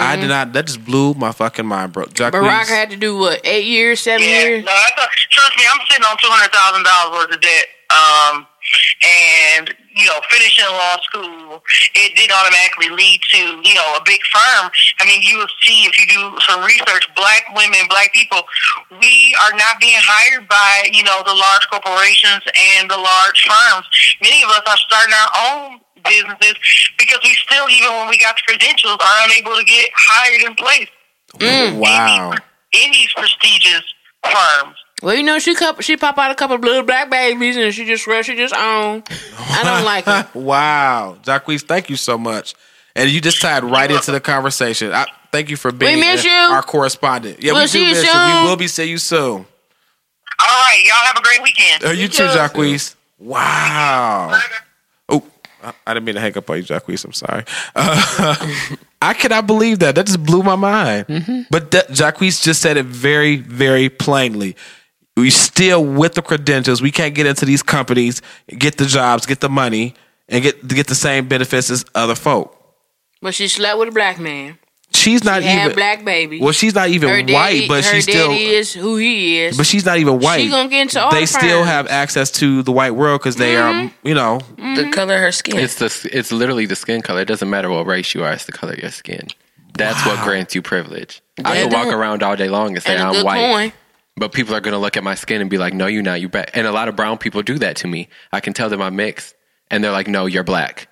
B: I did not. That just blew my fucking mind, bro. Jacquees,
C: Barack had to do what? Eight years, seven
G: Yeah,
C: years?
G: no, that's a, trust me, I'm sitting on two hundred thousand dollars worth of debt. Um, and you know, finishing law school, it did automatically lead to you know a big firm. I mean, you will see if you do some research, black women, black people, we are not being hired by you know the large corporations and the large firms. Many of us are starting our own businesses because we still, even when we got the credentials, are unable to get hired and placed
C: mm.
B: wow,
G: in these prestigious firms.
C: Well, you know, she cup, she pop out a couple of little black babies and she just rush, she just on. I don't like her.
B: wow, Jacquees, thank you so much. And you just tied right into the conversation. I, thank you for being
C: miss
B: uh,
C: you.
B: our correspondent. Yeah,
C: We'll
B: we do
C: see you
B: miss you.
C: soon.
B: We will be seeing you soon.
G: All right, y'all have a great weekend.
B: Uh, you too, Jacquees. Wow. Oh, I, I didn't mean to hang up on you, Jacquees. I'm sorry. Uh, I cannot believe that. That just blew my mind.
C: Mm-hmm.
B: But that, Jacquees just said it very, very plainly. We still with the credentials. We can't get into these companies, get the jobs, get the money, and get get the same benefits as other folk.
C: But she slept with a black man.
B: She's not
C: She had
B: even
C: black babies.
B: well. She's not even
C: her
B: white,
C: daddy,
B: but
C: her
B: she's still.
C: daddy is who he is.
B: But she's not even white.
C: gonna get into all Mm-hmm.
B: They
C: the
B: still
C: firms.
B: have access to the white world because they are, you know,
E: The color of her skin.
D: It's the it's literally the skin color. It doesn't matter what race you are. It's the color of your skin. That's what grants you privilege. I can walk around all day long and say
C: and a
D: I'm
C: good
D: white,
C: coin.
D: but people are going to look at my skin and be like, "No, you're not. You black." And a lot of brown people do that to me. I can tell them I'm mixed, and they're like, "No, you're black."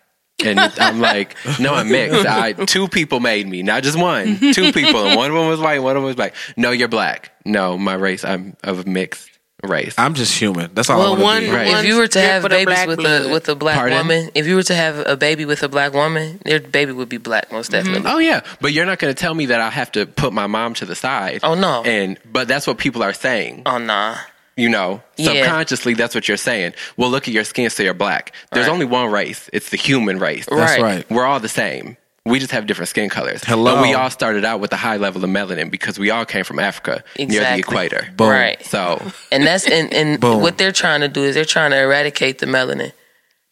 D: And I'm like, "No, I'm mixed. I two people made me, not just one. Two people, and one of them was white, one of them was black. No, you're black. No, my race. I'm of mixed race.
B: I'm just human. That's all
C: Well,
B: I want
C: one,
B: to be.
D: Right.
E: if you were to
C: strip
E: have
C: of the
E: babies
C: black
E: with
C: blood.
E: a with a black
D: Pardon?
E: woman, if you were to have a baby with a black woman, their baby would be black most
B: Mm-hmm.
E: definitely.
D: Oh yeah, but you're not going to tell me that I have to put my mom to the side.
E: Oh, no.
D: And but that's what people are saying.
E: Oh nah,
D: You know,
E: Yeah.
D: subconsciously that's what you're saying. Well, look at your skin, so you're black. There's
E: Right.
D: only one race. It's the human race.
B: That's
E: Right.
B: right.
D: We're all the same. We just have different skin colors.
B: Hello.
D: But we all started out with a high level of melanin because we all came from Africa near the
E: Exactly.
D: equator.
B: Boom.
E: right?
D: So
E: And that's and, and
B: Boom.
E: what they're trying to do is they're trying to eradicate the melanin.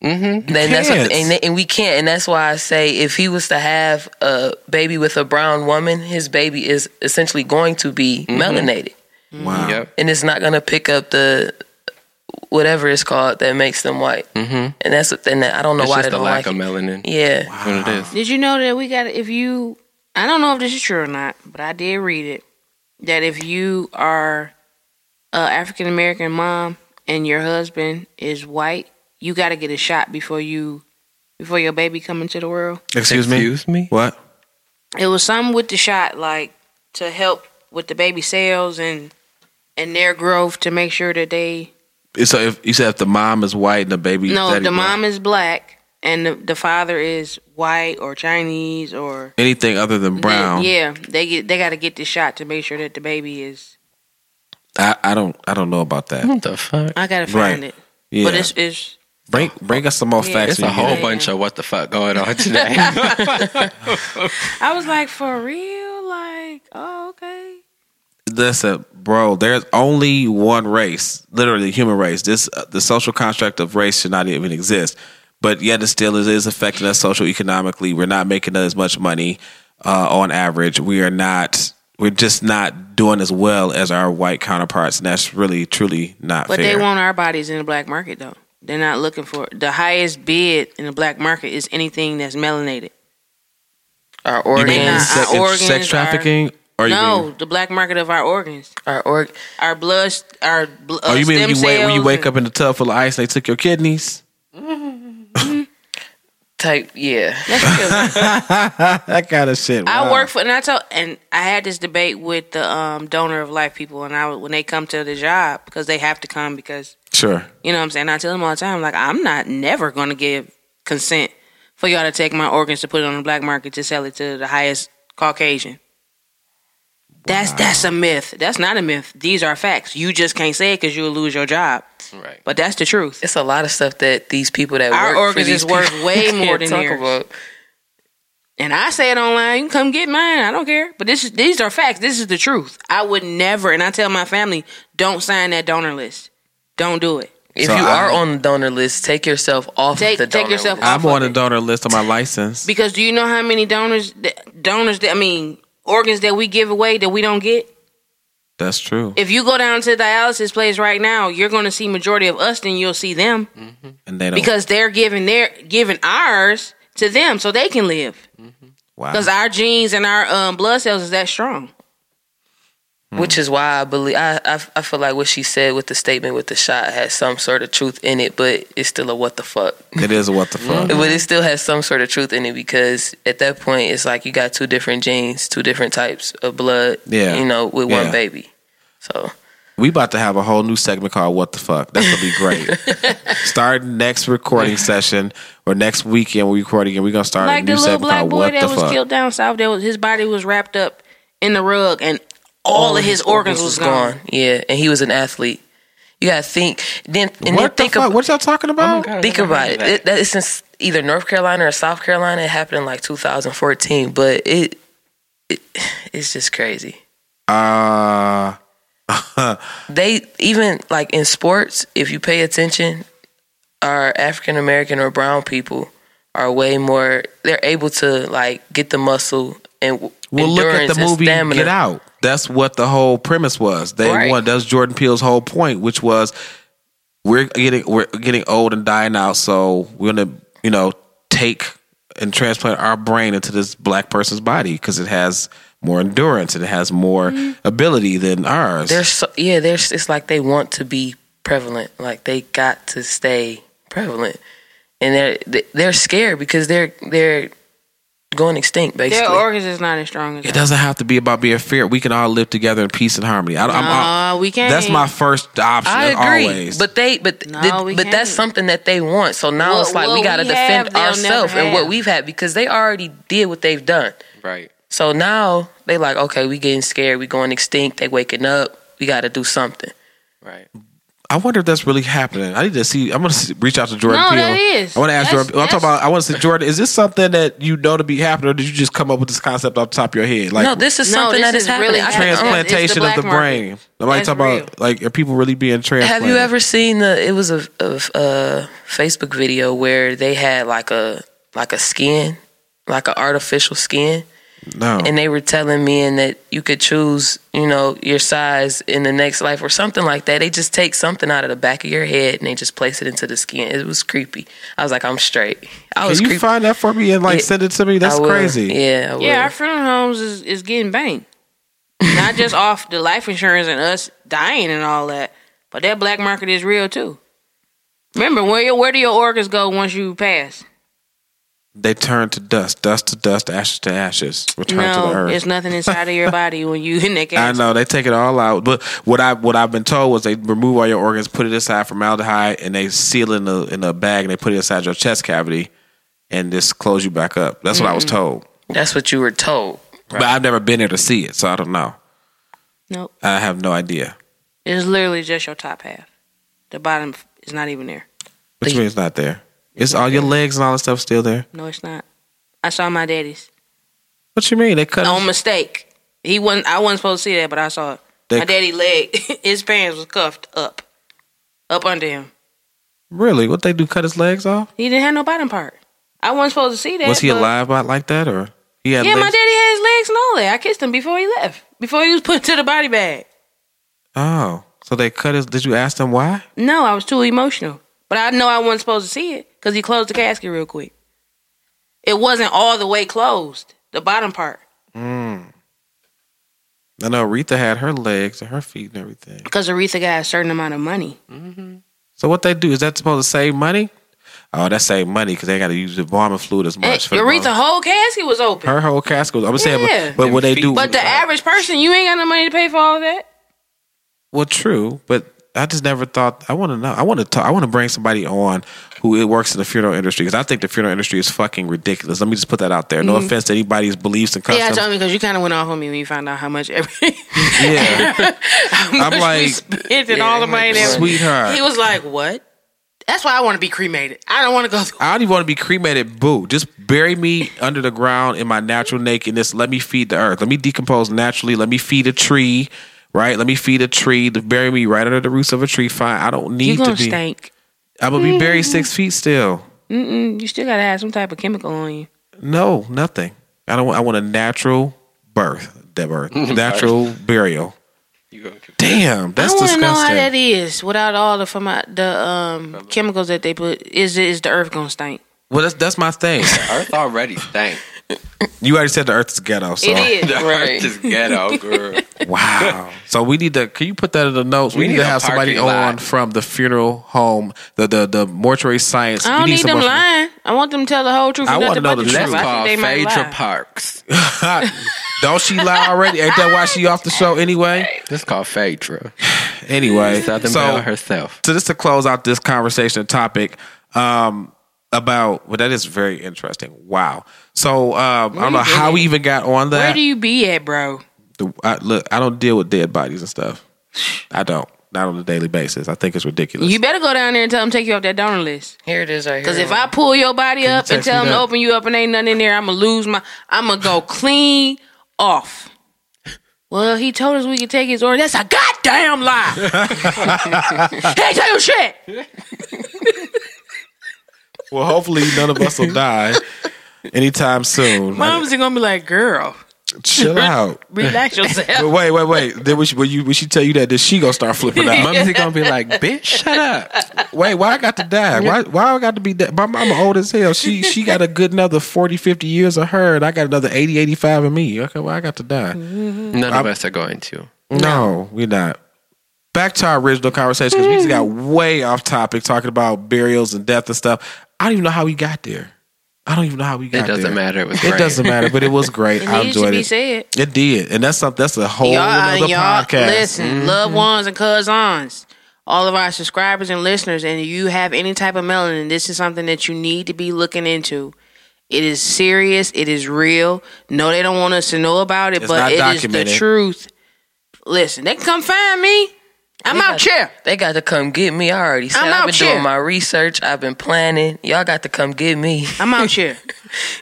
E: Mm-hmm. And that's
B: can't.
E: what, and, and we can't. And that's why I say if he was to have a baby with a brown woman, his baby is essentially going to be melanated,
B: Wow.
D: yep.
E: and it's not going to pick up the whatever it's called that makes them white. Mm-hmm. And that's what- and I don't know
D: It's
E: why
D: just
E: they
D: the
E: don't
D: lack of
E: like it.
D: melanin.
E: Yeah.
D: That's What it is.
C: Did you know that we got if you I don't know if this is true or not, but I did read it that if you are a African American mom and your husband is white, you got to get a shot before you before your baby come into the world.
B: Excuse me.
D: Excuse me?
B: What?
C: It was something with the shot like to help with the baby cells and and their growth to make sure that they
B: So if you said if the mom is white and the baby
C: no,
B: daddy
C: the
B: black,
C: mom is black and the, the father is white or Chinese or
B: anything other than
C: They-
B: brown,
C: yeah, they get they got to get this shot to make sure that the baby is.
B: I, I don't I don't know about that.
D: What the fuck?
C: I gotta find
B: Right.
C: it,
B: Yeah,
C: but it's it's
B: bring bring us some more
C: Yeah.
B: facts.
D: It's a
B: when you
D: whole
B: get
D: bunch of what the fuck going on today.
C: I was like for real, like oh okay.
B: it. Listen, bro, there's only one race, literally the human race. This uh, the social construct of race should not even exist, but yet it still is, is affecting us social economically. We're not making as much money uh, on average. We are not. We're just not doing as well as our white counterparts, and that's really truly not
C: But
B: fair.
C: they want our bodies in the black market though. They're not looking for the highest bid in the black market is anything that's melanated.
E: Our
B: You mean
C: Nah,
E: organs,
B: sex,
C: our organs
B: sex
C: are-
B: trafficking? Or you
C: no, uh,
B: mean,
C: the black market of our organs,
E: our org.
C: our blood, our bl- uh,
B: oh, you mean
C: stem
B: when you wait when you
C: cells
B: wake
C: and-
B: up in the tub full of ice and they took your kidneys?
E: type. Yeah,
C: That's true.
B: that kind of shit.
C: I
B: wow.
C: work for, and I told, and I had this debate with the um, donor of life people, and I when they come to the job because they have to come because
B: Sure.
C: You know what I'm saying? I tell them all the time, like, I'm not never going to give consent for y'all to take my organs to put it on the black market to sell it to the highest Caucasian. That's that's a myth. That's not a myth. These are facts. You just can't say it because you'll lose your job.
D: Right.
C: But that's the truth.
E: it's a lot of stuff that these people that
C: Our
E: work for
C: organs
E: these
C: is worth
E: people
C: way
E: can't
C: more than
E: talk
C: theirs.
E: about.
C: And I say it online. You can come get mine. I don't care. But this is these are facts. This is the truth. I would never. And I tell my family, don't sign that donor list. Don't do it.
E: If
B: So
E: you
B: I-
E: are on the donor list, take yourself off
C: Take-
E: the
C: take
E: donor
C: yourself
E: list.
B: I'm on the donor list on my license.
C: Because do you know how many donors, that, donors that I mean, organs that we give away that we don't get?
B: That's true.
C: If you go down to the dialysis place right now, you're going to see majority of us than you'll see them
B: And they don't.
C: because they're giving their giving ours to them so they can live
B: wow.
C: because our genes and our um, blood cells is that strong.
E: Which is why I believe I, I I feel like what she said with the statement with the shot has some sort of truth in it, but it's still a what the fuck.
B: it is a what the
C: Mm-hmm.
B: fuck.
E: But it still has some sort of truth in it because at that point it's like you got two different genes, two different types of blood.
B: Yeah.
E: You know, with
B: Yeah.
E: one baby. So
B: We about to have a whole new segment called "What the Fuck." That's gonna be great. starting next recording session or next weekend, we record again. We're gonna start
C: Like
B: a new
C: the little
B: segment
C: black
B: called
C: boy
B: "What
C: that
B: the
C: was
B: Fuck."
C: killed down south, that was, his body was wrapped up in the rug and all, of his organs, was gone.
E: Yeah, and he was an athlete. You gotta think then and then
B: What the
E: think
B: fuck?
E: ab-
B: What y'all
C: Oh
B: talking about?
E: think about it. it that it's in s- either North Carolina or South Carolina. It happened in like 2014, but it, it it's just crazy.
B: Uh,
E: they even like in sports, if you pay attention, our African American or brown people are way more. They're able to like get the muscle and
B: well, look at
E: endurance
B: the movie
E: and stamina.
B: Get Out. That's what the whole premise was. They
E: Right.
B: won. That's Jordan Peele's whole point, which was we're getting we're getting old and dying out, so we're gonna you know take and transplant our brain into this black person's body because it has more endurance and it has more ability than ours.
E: They're so yeah. Mm-hmm. There's it's like they want to be prevalent. Like they got to stay prevalent, and they're they- they're scared because they're they're going extinct basically.
C: Their organs is not as strong as
B: it
C: ours.
B: doesn't have to be about being fear. We can all live together in peace and harmony. I, I'm,
C: Nah, we can't.
B: That's my first option.
E: I agree,
B: Always.
E: but they, but
C: No,
E: the-
C: we
E: but
C: can't.
E: that's something that they want. So now
C: What-
E: it's like we
C: what
E: got to
C: we
E: defend
C: have, they'll
E: ourselves
C: never
E: and what
C: have.
E: we've had because they already did what they've done.
D: Right.
E: So now they like, okay, we getting scared, we going extinct, they waking up, we got to do something.
D: Right.
B: I wonder if that's really happening. I need to see. I'm gonna see, reach out to Jordan.
C: No,
B: Peele.
C: that is.
B: I want to ask
C: That's-
B: Jordan. I'm talking
C: that's-
B: about. I want to say Jordan. Is this something that you know to be happening, or did you just come up with this concept off the top of your head? Like
E: no, this is
C: No,
E: something
C: this
E: that is,
C: is
E: happening.
C: really
E: I- uh,
C: It's the
B: transplantation of
C: black
B: the brain. Nobody
C: That's
B: talking
C: real.
B: about like are people really being transplanted?
E: Have you ever seen the? It was a, a, a Facebook video where they had like a like a skin, like an artificial skin,
B: No.
E: and they were telling men that you could choose, you know, your size in the next life or something like that. They just take something out of the back of your head and they just place it into the skin. It was creepy. I was like, I'm straight. I
B: Can
E: was
B: you
E: creepy.
B: find that for me and like
E: Yeah,
B: send it to me? That's
E: I will.
B: crazy.
E: Yeah, I will.
C: Yeah, our funeral homes is, is getting banged. Not just off the life insurance and us dying and all that, but that black market is real too. Remember, where your, where do your organs go once you pass?
B: They turn to dust, dust to dust, ashes to ashes, return to the
C: no,
B: earth.
C: there's nothing inside of your body when you in that
B: I
C: case.
B: know they take it all out, but what I what I've been told was they remove all your organs, put it aside formaldehyde, and they seal it in a in a bag and they put it inside your chest cavity, and just close you back up. That's what I was told,
E: That's what you were told.
B: but I've never been there to see it, so I don't know.
C: Nope.
B: I have no idea.
C: It's literally just your top half. The bottom is not even there.
B: Which
E: The-
B: means it's not there. It's all your legs and all that stuff still there.
C: No, it's not. I saw my daddy's.
B: What you mean they cut?
C: On mistake. He wasn't. I wasn't supposed to see that, but I saw it.
B: They-
C: my daddy leg, his pants was cuffed up, up under him.
B: really? What they do? Cut his legs off?
C: He didn't have no bottom part. I wasn't supposed to see that.
B: Was he
C: but-
B: alive by like that or he had?
C: Yeah, my
B: legs?
C: daddy had his legs and all that. I kissed him before he left. Before he was put to the body bag.
B: Oh, so they cut his? Did you ask them why?
C: No, I was too emotional. But I know I wasn't supposed to see it because he closed the casket real quick. It wasn't all the way closed. The bottom part.
B: I know Aretha had her legs and her feet and everything.
C: Because Aretha got a certain amount of money.
B: So what they do is that supposed to save money? Oh, that save money because they got to use the embalming fluid as
C: And
B: much. for the
C: Eh, Aretha
B: bone.
C: whole casket was open.
B: her whole casket. I'm saying,
C: Yeah.
B: but, but what they do?
C: but the average person, you ain't got no money to pay for all that.
B: Well, true, but I just never thought. I want to know. I want to talk. I want to bring somebody on who it works in the funeral industry because I think the funeral industry is fucking ridiculous. Let me just put that out there. No offense to anybody's beliefs and
C: Mm-hmm. Yeah, I
B: customs.
C: told me because you kind of went off on me when you found out how much every
B: Yeah,
C: how much we
B: like,
C: spent and all the money. that-
B: sweetheart.
C: He was like, "What?" That's why I want to be cremated. I don't want to go through.
B: I don't even want to be cremated. Boo! Just bury me under the ground in my natural nakedness. Let me feed the earth. Let me decompose naturally. Let me feed a tree. Right? Let me feed a tree. Bury me right under the roots of a tree. Fine. I don't
C: You
B: need to
C: gonna
B: be.
C: stink.
B: I'm gonna be buried six feet still.
C: Mm-mm, you still gotta have some type of chemical on you.
B: No, nothing. I don't. want- I want a natural birth, that birth, natural burial.
D: You gonna get
B: Damn, that's
C: I want to
B: disgusting.
C: know how that is without all the from the um, chemicals that they put. Is it- is the earth gonna stink?
B: well, that's that's my thing.
D: the earth already stank.
B: you already said the earth is ghetto. So
C: It is.
D: The
E: Right.
D: earth is ghetto, girl.
B: wow. So we need to. Can you put that in the notes? We,
D: We
B: need,
D: need
B: to
D: a
B: have somebody
D: parking lot.
B: on from the funeral home, the the the mortuary science.
C: I
B: we
C: don't need them
B: someone from-
C: lying. I want them to tell the whole truth.
B: I
C: and
B: wanna
C: nothing
B: know
C: but
B: the
C: the
B: truth.
C: truth.
D: Let's
C: I
D: call
C: think they might
D: Phaedra
C: lie.
D: Parks.
B: don't she lie already? Ain't that why she off the show anyway?
D: Let's call Phaedra.
B: Anyway,
D: Southern
B: so
D: Belle herself.
B: so just to close out this conversation topic um about well that is very interesting wow so um i don't know how we even got on
C: Where
B: that
C: do you be at, bro?
B: The- I, look i don't deal with dead bodies and stuff i don't not on a daily basis i think it's ridiculous
C: You better go down there and tell them to take you off that donor list.
E: Here it is right here.
C: Cause if I pull your body up and
B: text me
C: tell them to
B: that?
C: open you up and ain't nothing in there, I'ma lose my. I'ma go clean off. Well, he told us we could take his order. That's a goddamn lie. he ain't tell you shit.
B: well hopefully none of us will die anytime soon Like,
C: Mom's gonna be like, girl,
B: chill out
C: relax yourself.
B: but wait wait wait then when she, when you, when she tell you that then she gonna start flipping out
D: Mumsy gonna be like, bitch, shut up.
B: wait why i got to die why, why i got to be dead my mama old as hell she she got a good another 40 50 years of her and i got another 80 85 of me okay well i got to die
C: Mm-hmm.
D: None of us are going to.
B: No, we're not. Back to our original conversation because we just got
C: Mm.
B: way off topic talking about burials and death and stuff. I don't even know how we got there. I don't even know how we got
D: It doesn't
B: there.
D: matter. It was
B: It
D: great.
B: doesn't matter, but it was great. I
C: Needed to
B: enjoyed
C: be
B: it.
C: said.
B: It did, and that's something. That's a whole
C: Y'all,
B: other
C: y'all,
B: podcast. Mm-hmm.
C: listen, loved ones and cousins, all of our subscribers and listeners, and you have any type of melanin, this is something that you need to be looking into. It is serious. It is real. No, they don't want us to know about it,
B: It's
C: but
B: not
C: it is
B: documented.
C: the truth. Listen, they can come find me. I'm out here.
E: They got to come get me. I already said
C: I'm
E: I've
C: out
E: been
C: here.
E: doing my research. I've been planning. Y'all got to come get me.
C: I'm out here.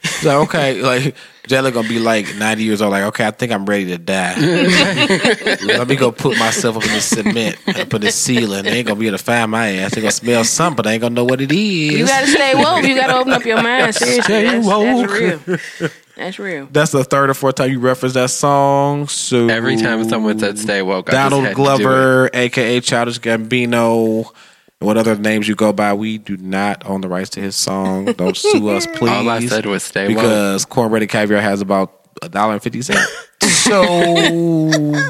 B: So, okay, like Jalen gonna be like ninety years old. Like, okay, I think I'm ready to die. Let me go put myself up in the cement, up in the ceiling. They ain't gonna be able to find my ass. They gonna smell something, but they ain't gonna know what it is.
C: You gotta stay woke. You gotta open up your mind. Seriously,
B: Stay
C: that's,
B: woke.
C: that's real. That's real.
B: That's the third or fourth time you reference that song. So
D: Every time someone said stay woke, I just
B: Donald
D: had to do it.
B: Glover, aka Childish Gambino, and what other names you go by, we do not own the rights to his song. Don't sue us, please.
D: All I said was stay woke.
B: because cornbread and caviar has about a dollar and fifty cents. So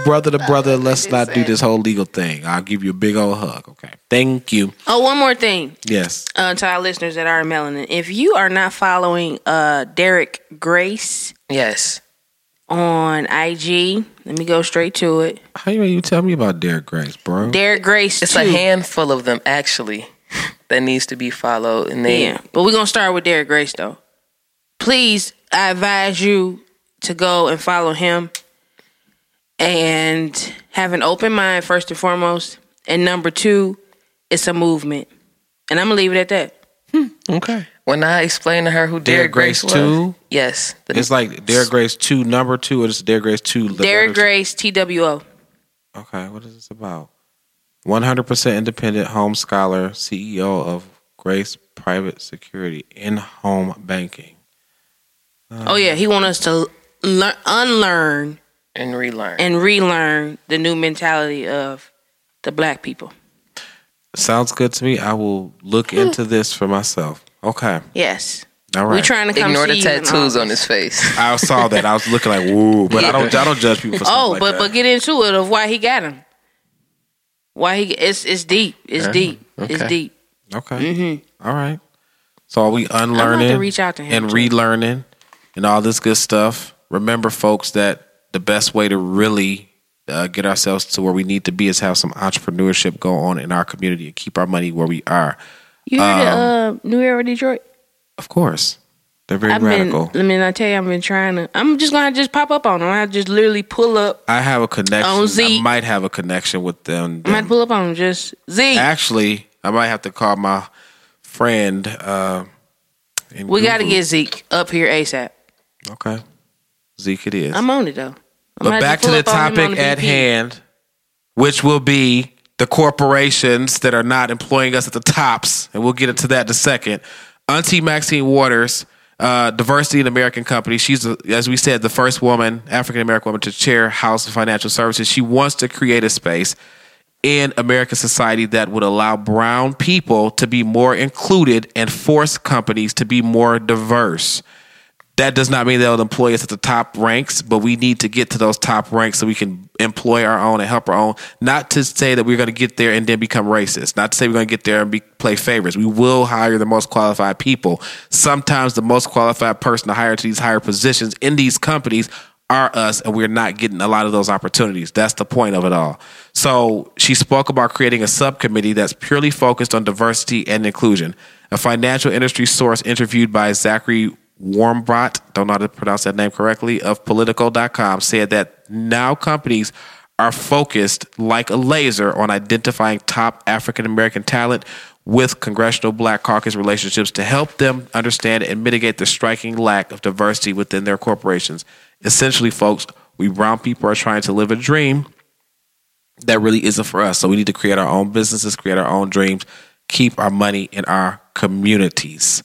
B: brother to brother, let's not do this whole legal thing. I'll give you a big old hug. Okay, thank you.
C: Oh, one more thing.
B: Yes,
C: uh, to our listeners that are melanin, if you are not following uh, Derek Grace
E: Yes.
C: on IG, let me go straight to it.
B: how you you tell me about Derek Grace, bro?
C: Derek Grace,
E: It's
C: two.
E: a handful of them, actually, that needs to be followed. And they,
C: Yeah, but we're gonna start with Derek Grace though. Please, I advise you to go and follow him, and have an open mind first and foremost. And number two, it's a movement, and I'm gonna leave it at that.
D: Okay.
E: when I explained to her who
B: Derek
E: Derek Grace,
B: Grace
E: was,
B: too?
E: yes, the-
B: It's like Derek Grace two, number two, or it's Derek Grace two. the
C: Derek
B: letter two?
C: Grace, TWO.
B: Okay, what is this about? 100% independent home scholar, CEO of Grace Private Security in home banking.
C: Oh yeah, he want us to learn, unlearn
E: and relearn.
C: and relearn the new mentality of the black people.
B: Sounds good to me. I will look
C: Hmm.
B: into this for myself. Okay,
C: Yes,
B: all
C: we're
B: right.
C: trying to come
E: Ignore
C: see
E: the
C: you in
E: tattoos on
C: August.
E: his face.
B: I saw that. I was looking like, whoa, but I don't. I don't judge people for stuff
C: Oh,
B: like
C: but
B: that.
C: but get into it of why he got him. Why he? It's it's deep. It's deep. It's
D: okay.
C: deep.
B: Okay. All right. So are we unlearning
F: reach out Mm-hmm. to him,
B: and
F: too.
B: relearning and all this good stuff? Remember, folks, that the best way to really uh, get ourselves to where we need to be is have some entrepreneurship go on in our community and keep our money where we are.
F: You heard
B: Um,
F: the uh, New Era Detroit?
B: Of course, they're very
F: I've
B: radical.
F: been. I mean, I tell you, I've been trying to. I'm just gonna have to just pop up on them. I just literally pull up.
B: I have a connection.
F: Oh, Z.
B: I might have a connection with them.
F: I might pull up on them. Just Z.
B: Actually, I might have to call my friend. Uh, in
F: we got to
B: Google.
F: get Zeke up here ASAP.
B: okay. Zeke, it is.
F: I'm on it though. I might
B: But
F: just
B: back to
F: pull
B: the
F: up on him on
B: topic
F: the
B: at
F: BP.
B: hand, which will be the corporations that are not employing us at the tops, and we'll get into that in a second. Auntie Maxine Waters, uh, diversity in American companies. She's, uh, as we said, the first woman, African American woman, to chair House of Financial Services. She wants to create a space in American society that would allow brown people to be more included and force companies to be more diverse. That does not mean they'll employ us at the top ranks, but we need to get to those top ranks so we can employ our own and help our own. Not to say that we're going to get there and then become racist. Not to say we're going to get there and be, play favorites. We will hire the most qualified people. Sometimes the most qualified person to hire to these higher positions in these companies are us, and we're not getting a lot of those opportunities. That's the point of it all. So she spoke about creating a subcommittee that's purely focused on diversity and inclusion. A financial industry source interviewed by Zachary Warmbot, don't know how to pronounce that name correctly, of Politico.com said that now companies are focused like a laser on identifying top African American talent with Congressional Black Caucus relationships to help them understand and mitigate the striking lack of diversity within their corporations. Essentially, folks, we brown people are trying to live a dream that really isn't for us. So we need to create our own businesses, create our own dreams, keep our money in our communities.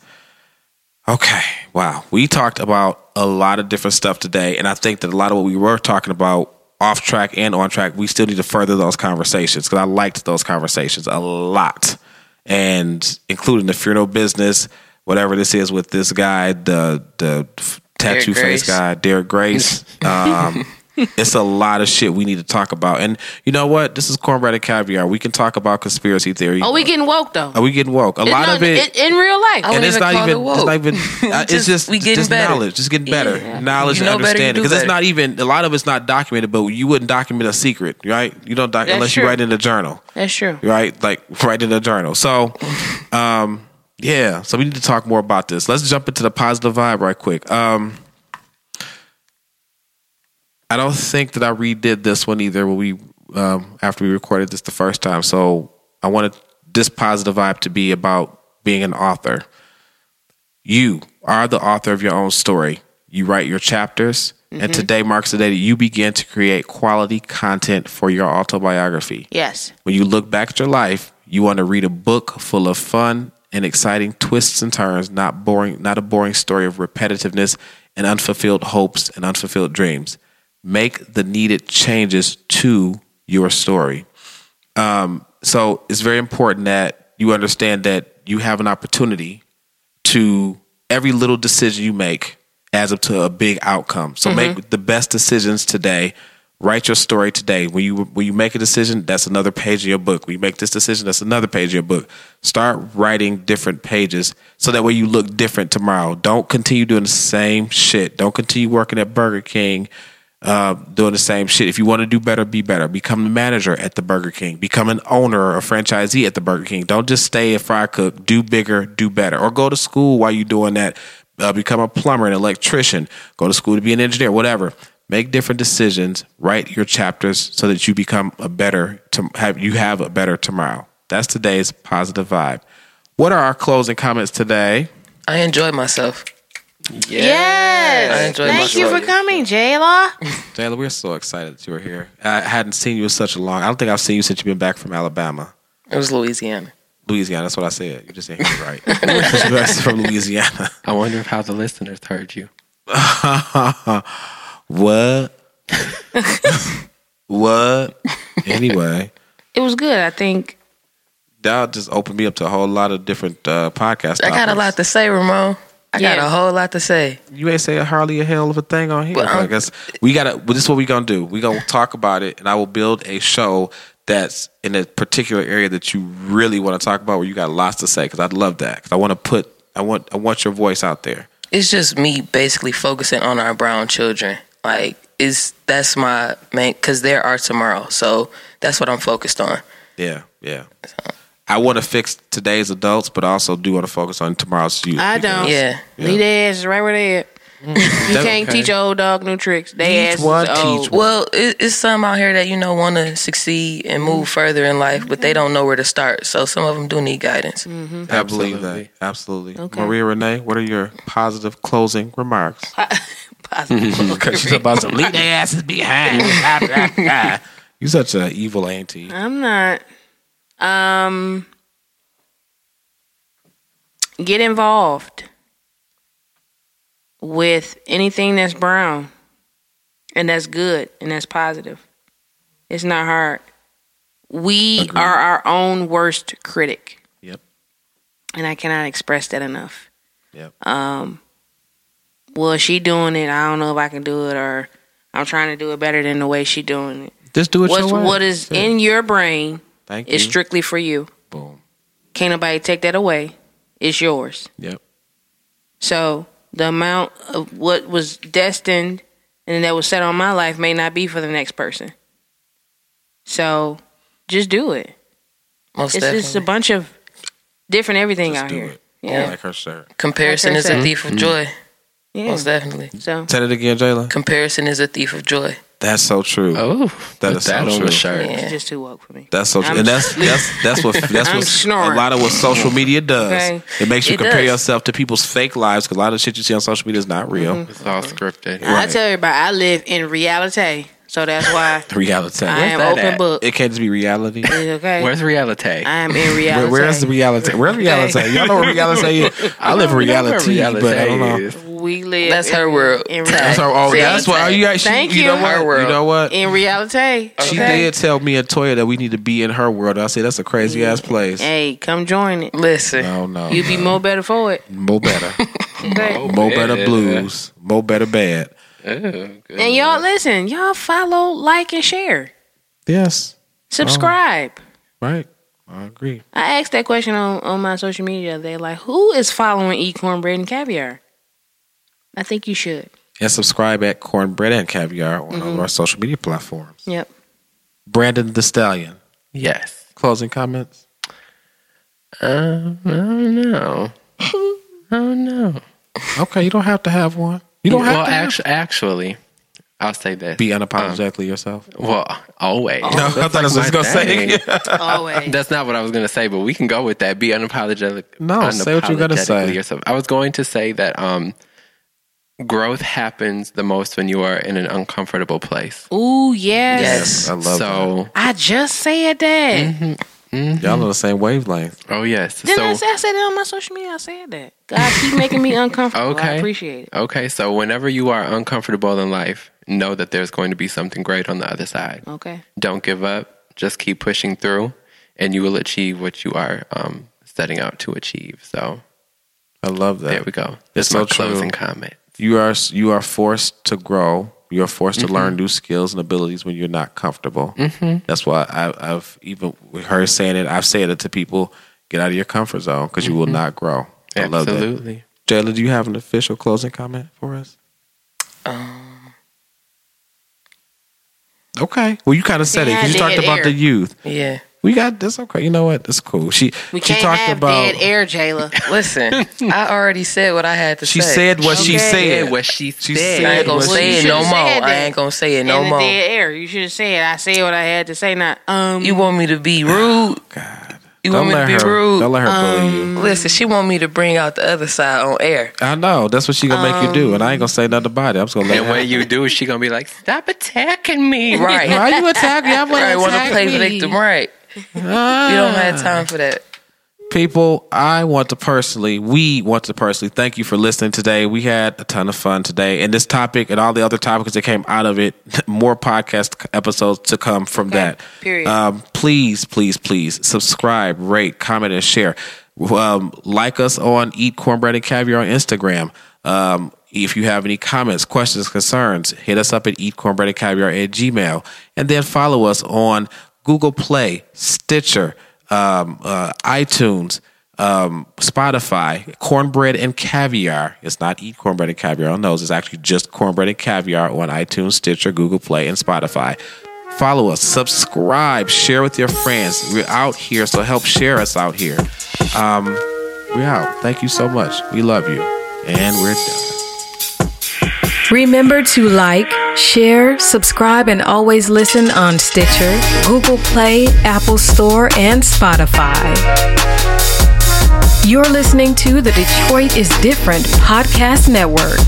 B: Okay. Wow. We talked about a lot of different stuff today. And I think that a lot of what we were talking about off track and on track, we still need to further those conversations because I liked those conversations a lot. And including the funeral business, whatever this is with this guy, the the f- tattoo face
E: Grace.
B: guy, Derek Grace. Um, it's a lot of shit we need to talk about. And you know what? This is cornbread and caviar. We can talk about conspiracy theory.
F: Oh, we getting woke though.
B: Are we getting woke? A lot
F: No,
B: of it
F: in real life.
E: I
B: and
E: wouldn't
B: it's
E: even
B: not
E: call
B: even,
E: it
B: it's not
E: woke.
B: even, uh, it's
E: Just-
B: just,
E: we getting
B: just
E: better.
B: knowledge, just getting better, knowledge
E: You
B: and
E: know better, you
B: understanding.
E: do
B: Because it's
E: better.
B: not even, a lot of it's not documented, but you wouldn't document a secret, right? You don't doc,
F: That's
B: unless you
F: true.
B: write in a journal,
F: That's true.
B: right? Like write in a journal. So, um, yeah, so we need to talk more about this. Let's jump into the positive vibe right quick. Um, I don't think that I redid this one either when we um, after we recorded this the first time. So I wanted this positive vibe to be about being an author. You are the author of your own story. You write your chapters, and today marks the day that you begin to create quality content for your autobiography.
F: Yes.
B: When you look back at your life, you want to read a book full of fun and exciting twists and turns, not boring, not a boring story of repetitiveness and unfulfilled hopes and unfulfilled dreams. Make the needed changes to your story. Um, so it's very important that you understand that you have an opportunity to every little decision you make adds up to a big outcome. So make the best decisions today. Write your story today. When you when you make a decision, that's another page of your book. When you make this decision, that's another page of your book. Start writing different pages so that way you look different tomorrow. Don't continue doing the same shit. Don't continue working at Burger King uh, doing the same shit. If you want to do better, be better. Become the manager at the Burger King. Become an owner or a franchisee at the Burger King. Don't just stay at Fry Cook. Do bigger, do better. Or go to school while you're doing that. Uh, become a plumber, an electrician. Go to school to be an engineer, whatever. Make different decisions. Write your chapters so that you become a better, to have, you have a better tomorrow. That's today's positive vibe. What are our closing comments today?
E: I enjoyed myself.
F: Yes.
E: I enjoyed
F: Thank
E: myself.
F: you for coming, J Law.
B: Taylor, we're so excited that you were here. I hadn't seen you in such a long. I don't think I've seen you since you've been back from Alabama.
E: It was Louisiana.
B: Louisiana. That's what I said. You just ain't hear it right. you guys from Louisiana.
D: I wonder if how the listeners heard you.
B: What? what? Anyway,
F: It was good. I think
B: that just opened me up to a whole lot of different uh, podcasts.
E: I got a lot to say, Ramon. I got
F: Yeah.
E: a whole lot to say.
B: You ain't say a hardly a hell of a thing on here.
E: Well,
B: I
E: I'm-
B: guess we gotta. Well, this is what we gonna do. We gonna talk about it, and I will build a show that's in a particular area that you really want to talk about, where you got lots to say. Because I'd love that. Because I want to put I want I want your voice out there.
E: it's just me basically focusing on our brown children. Like, is that's my main because there are tomorrow, so that's what I'm focused on.
B: Yeah, yeah. I want to fix today's adults, but I also do want to focus on tomorrow's youth.
C: I
B: because
C: don't.
E: Yeah,
C: Leave their asses right where they at. you
B: Mm. that-
C: can't
B: okay.
C: teach old dog new tricks. They
B: Teach
C: ass
B: one,
C: is old.
B: teach one.
E: Well, it, it's some out here that you know want to succeed and
C: Mm.
E: move further in life, but they don't know where to start. So some of them do need guidance.
C: Mm.
B: I believe that
D: Absolutely.
B: absolutely. Maria Renee, what are your positive closing remarks? Because she's about to leave their asses behind. you such an evil auntie.
C: I'm not. Um, get involved with anything that's brown and that's good and that's positive. It's not hard. We are our own worst critic.
B: Yep.
C: And I cannot express that enough.
B: Yep.
C: Um, well, she doing it. I don't know if I can do it, or I'm trying to do it better than the way she doing it.
B: Just do it
C: What's
B: your Mm-hmm. way.
C: what is in your brain
B: Thank you.
C: is strictly for you.
B: Boom.
C: Can't nobody take that away. It's yours.
B: Yep.
C: So the amount of what was destined and that was set on my life may not be for the next person. So just do it.
E: Most
C: It's
E: definitely,
C: just a bunch of different everything out
B: do
C: here.
B: it.
C: Yeah.
B: Like her shirt.
E: comparison
C: like I
E: is a
C: said.
B: Mm-hmm.
E: thief of joy.
C: Yeah.
E: Most definitely,
C: So
B: Say it again, Jayla.
E: comparison is a thief of joy.
B: That's so true.
D: Oh,
B: That
D: put
B: is
D: that
B: so
D: on
B: true.
D: the shirt.
C: it's
E: Yeah.
C: just too woke for me.
B: That's so,
C: I'm-
B: and that's that's that's what that's
C: I'm
B: what
C: snoring.
B: a lot of what social media does.
C: Okay.
B: It makes you
E: It
B: compare
E: does.
B: yourself to people's fake lives because a lot of the shit you see on social media is not real.
C: Mm-hmm.
D: It's all scripted.
C: I tell everybody I live in reality. So that's why
B: Reality.
C: I am
D: that
C: open
D: at?
C: book.
B: It can't just be reality.
C: It's okay.
D: Where's reality?
C: I am in
B: Where,
C: reality.
B: where's the reality? Where's reality? Y'all know what reality is. I live in
D: We know where
B: reality, but I don't know.
D: is.
C: we live
E: That's
C: in-
E: her world.
C: in
B: That's
C: reality.
B: her. Oh, that's why you actually.
C: Thank
B: you.
C: you.
B: Know
C: Her
B: what? You
E: world.
B: know what?
C: in reality.
B: She
C: okay?
B: did tell me and Toya that we need to be in her world. I said that's a crazy ass place.
C: Hey, come join it.
E: Listen,
B: Oh no,
C: You be more better for it.
B: Mo better,
C: okay?
B: Mo better
D: Yeah.
B: blues, Mo better bad.
D: Ooh, good.
C: And y'all listen, y'all follow, like, and share.
B: Yes,
C: Subscribe.
B: Oh. right. I agree.
C: I asked that question on, on my social media the other day, like, who is following Eat Cornbread and Caviar? I think you should.
B: And subscribe at Cornbread and Caviar on all of our social media platforms.
C: Yep.
B: Brandon the Stallion.
D: yes.
B: Closing comments.
D: Um, I don't know. I don't know.
B: Okay, you don't have to have one. You don't have
D: well,
B: to have-
D: actually, actually, I'll say this.
B: be unapologetically yourself.
D: well, always.
B: Uh-huh. No, I thought I was just gonna say.
D: thing.
C: Always.
D: That's not what I was going to say, but we can go with that. Be unapologetic.
B: No, say what you're gonna say.
D: unapologetically yourself. I was going to say that um, growth happens the most when you are in an uncomfortable place.
C: Ooh, yes.
E: yes,
B: I love
D: so,
C: I just said that.
B: Mm-hmm. that. Y'all on the same wavelength.
D: oh yes.
C: Then I,
D: so
C: said, I said that on my social media. I said that. God keep making me uncomfortable. I
D: Okay.
C: appreciate it.
D: okay. So whenever you are uncomfortable in life, know that there's going to be something great on the other side.
C: Okay.
D: Don't give up. Just keep pushing through, and you will achieve what you are um, setting out to achieve. So
B: I love
D: there
B: that.
D: we go.
B: It's
D: That's my
B: so true.
D: closing comment.
B: You are you are forced to grow. You are forced to learn new skills and abilities when you're not comfortable. Mm-hmm. That's why I, I've even with her saying it. I've said it to people: get out of your comfort zone because you will not grow. I love that.
D: Absolutely.
B: Jayla, do you have an official closing comment for us? Um. okay. Well, you kind of said it 'cause
C: Yeah,
B: you talked
C: dead
B: about
C: air.
B: the youth.
E: yeah.
B: We got that's okay. You know what? That's cool. She
C: We
B: she
C: can't
B: talked
C: have
B: about
C: dead air, Jayla.
E: Listen, I already said what I had to
B: she
E: say.
B: said what she
C: Okay.
B: said.
D: what she,
B: She
D: said.
E: I
B: said
E: ain't gonna
B: what she
E: say it no
C: should've
E: more.
C: said
E: I
C: that.
E: ain't gonna say it
C: in
E: no
C: the
E: more.
C: dead air. You should have said. I said what I had to say. Not um.
E: You want me to be rude?
B: God.
E: You
B: Don't
E: want
B: let
E: me to be
B: her.
E: rude? Um,
B: Don't let her bully you.
E: Listen, she want me to bring out the other side on air.
B: I know that's what she gonna make you do, and I ain't gonna say nothing about it. I'm just gonna let
D: And
B: her.
D: when you do, she gonna be like, "Stop attacking me!"
E: Right.
B: Why
E: right.
B: you attack me? I want
E: I
B: to
E: want to
B: attack
E: play
B: me.
E: victim. Right.
B: Ah.
E: We don't have time for that.
B: people i want to personally we want to personally thank you for listening today we had a ton of fun today and this topic and all the other topics that came out of it more podcast episodes to come from that
C: period.
B: um, please please please subscribe rate comment and share um, like us on eat cornbread and caviar on instagram um, if you have any comments, questions, concerns, hit us up at eatcornbreadandcaviar at gmail. And then follow us on Google Play, Stitcher, um, uh, iTunes, um, Spotify, Cornbread and Caviar. It's not Eat Cornbread and Caviar on those. It's actually just Cornbread and Caviar on iTunes, Stitcher, Google Play, and Spotify. Follow us, subscribe, share with your friends. We're out here, so help share us out here. Um, we're out. Thank you so much. We love you. And we're done.
A: Remember to like, share, subscribe, and always listen on Stitcher, Google Play, Apple Store, and Spotify. You're listening to the Detroit is Different Podcast Network.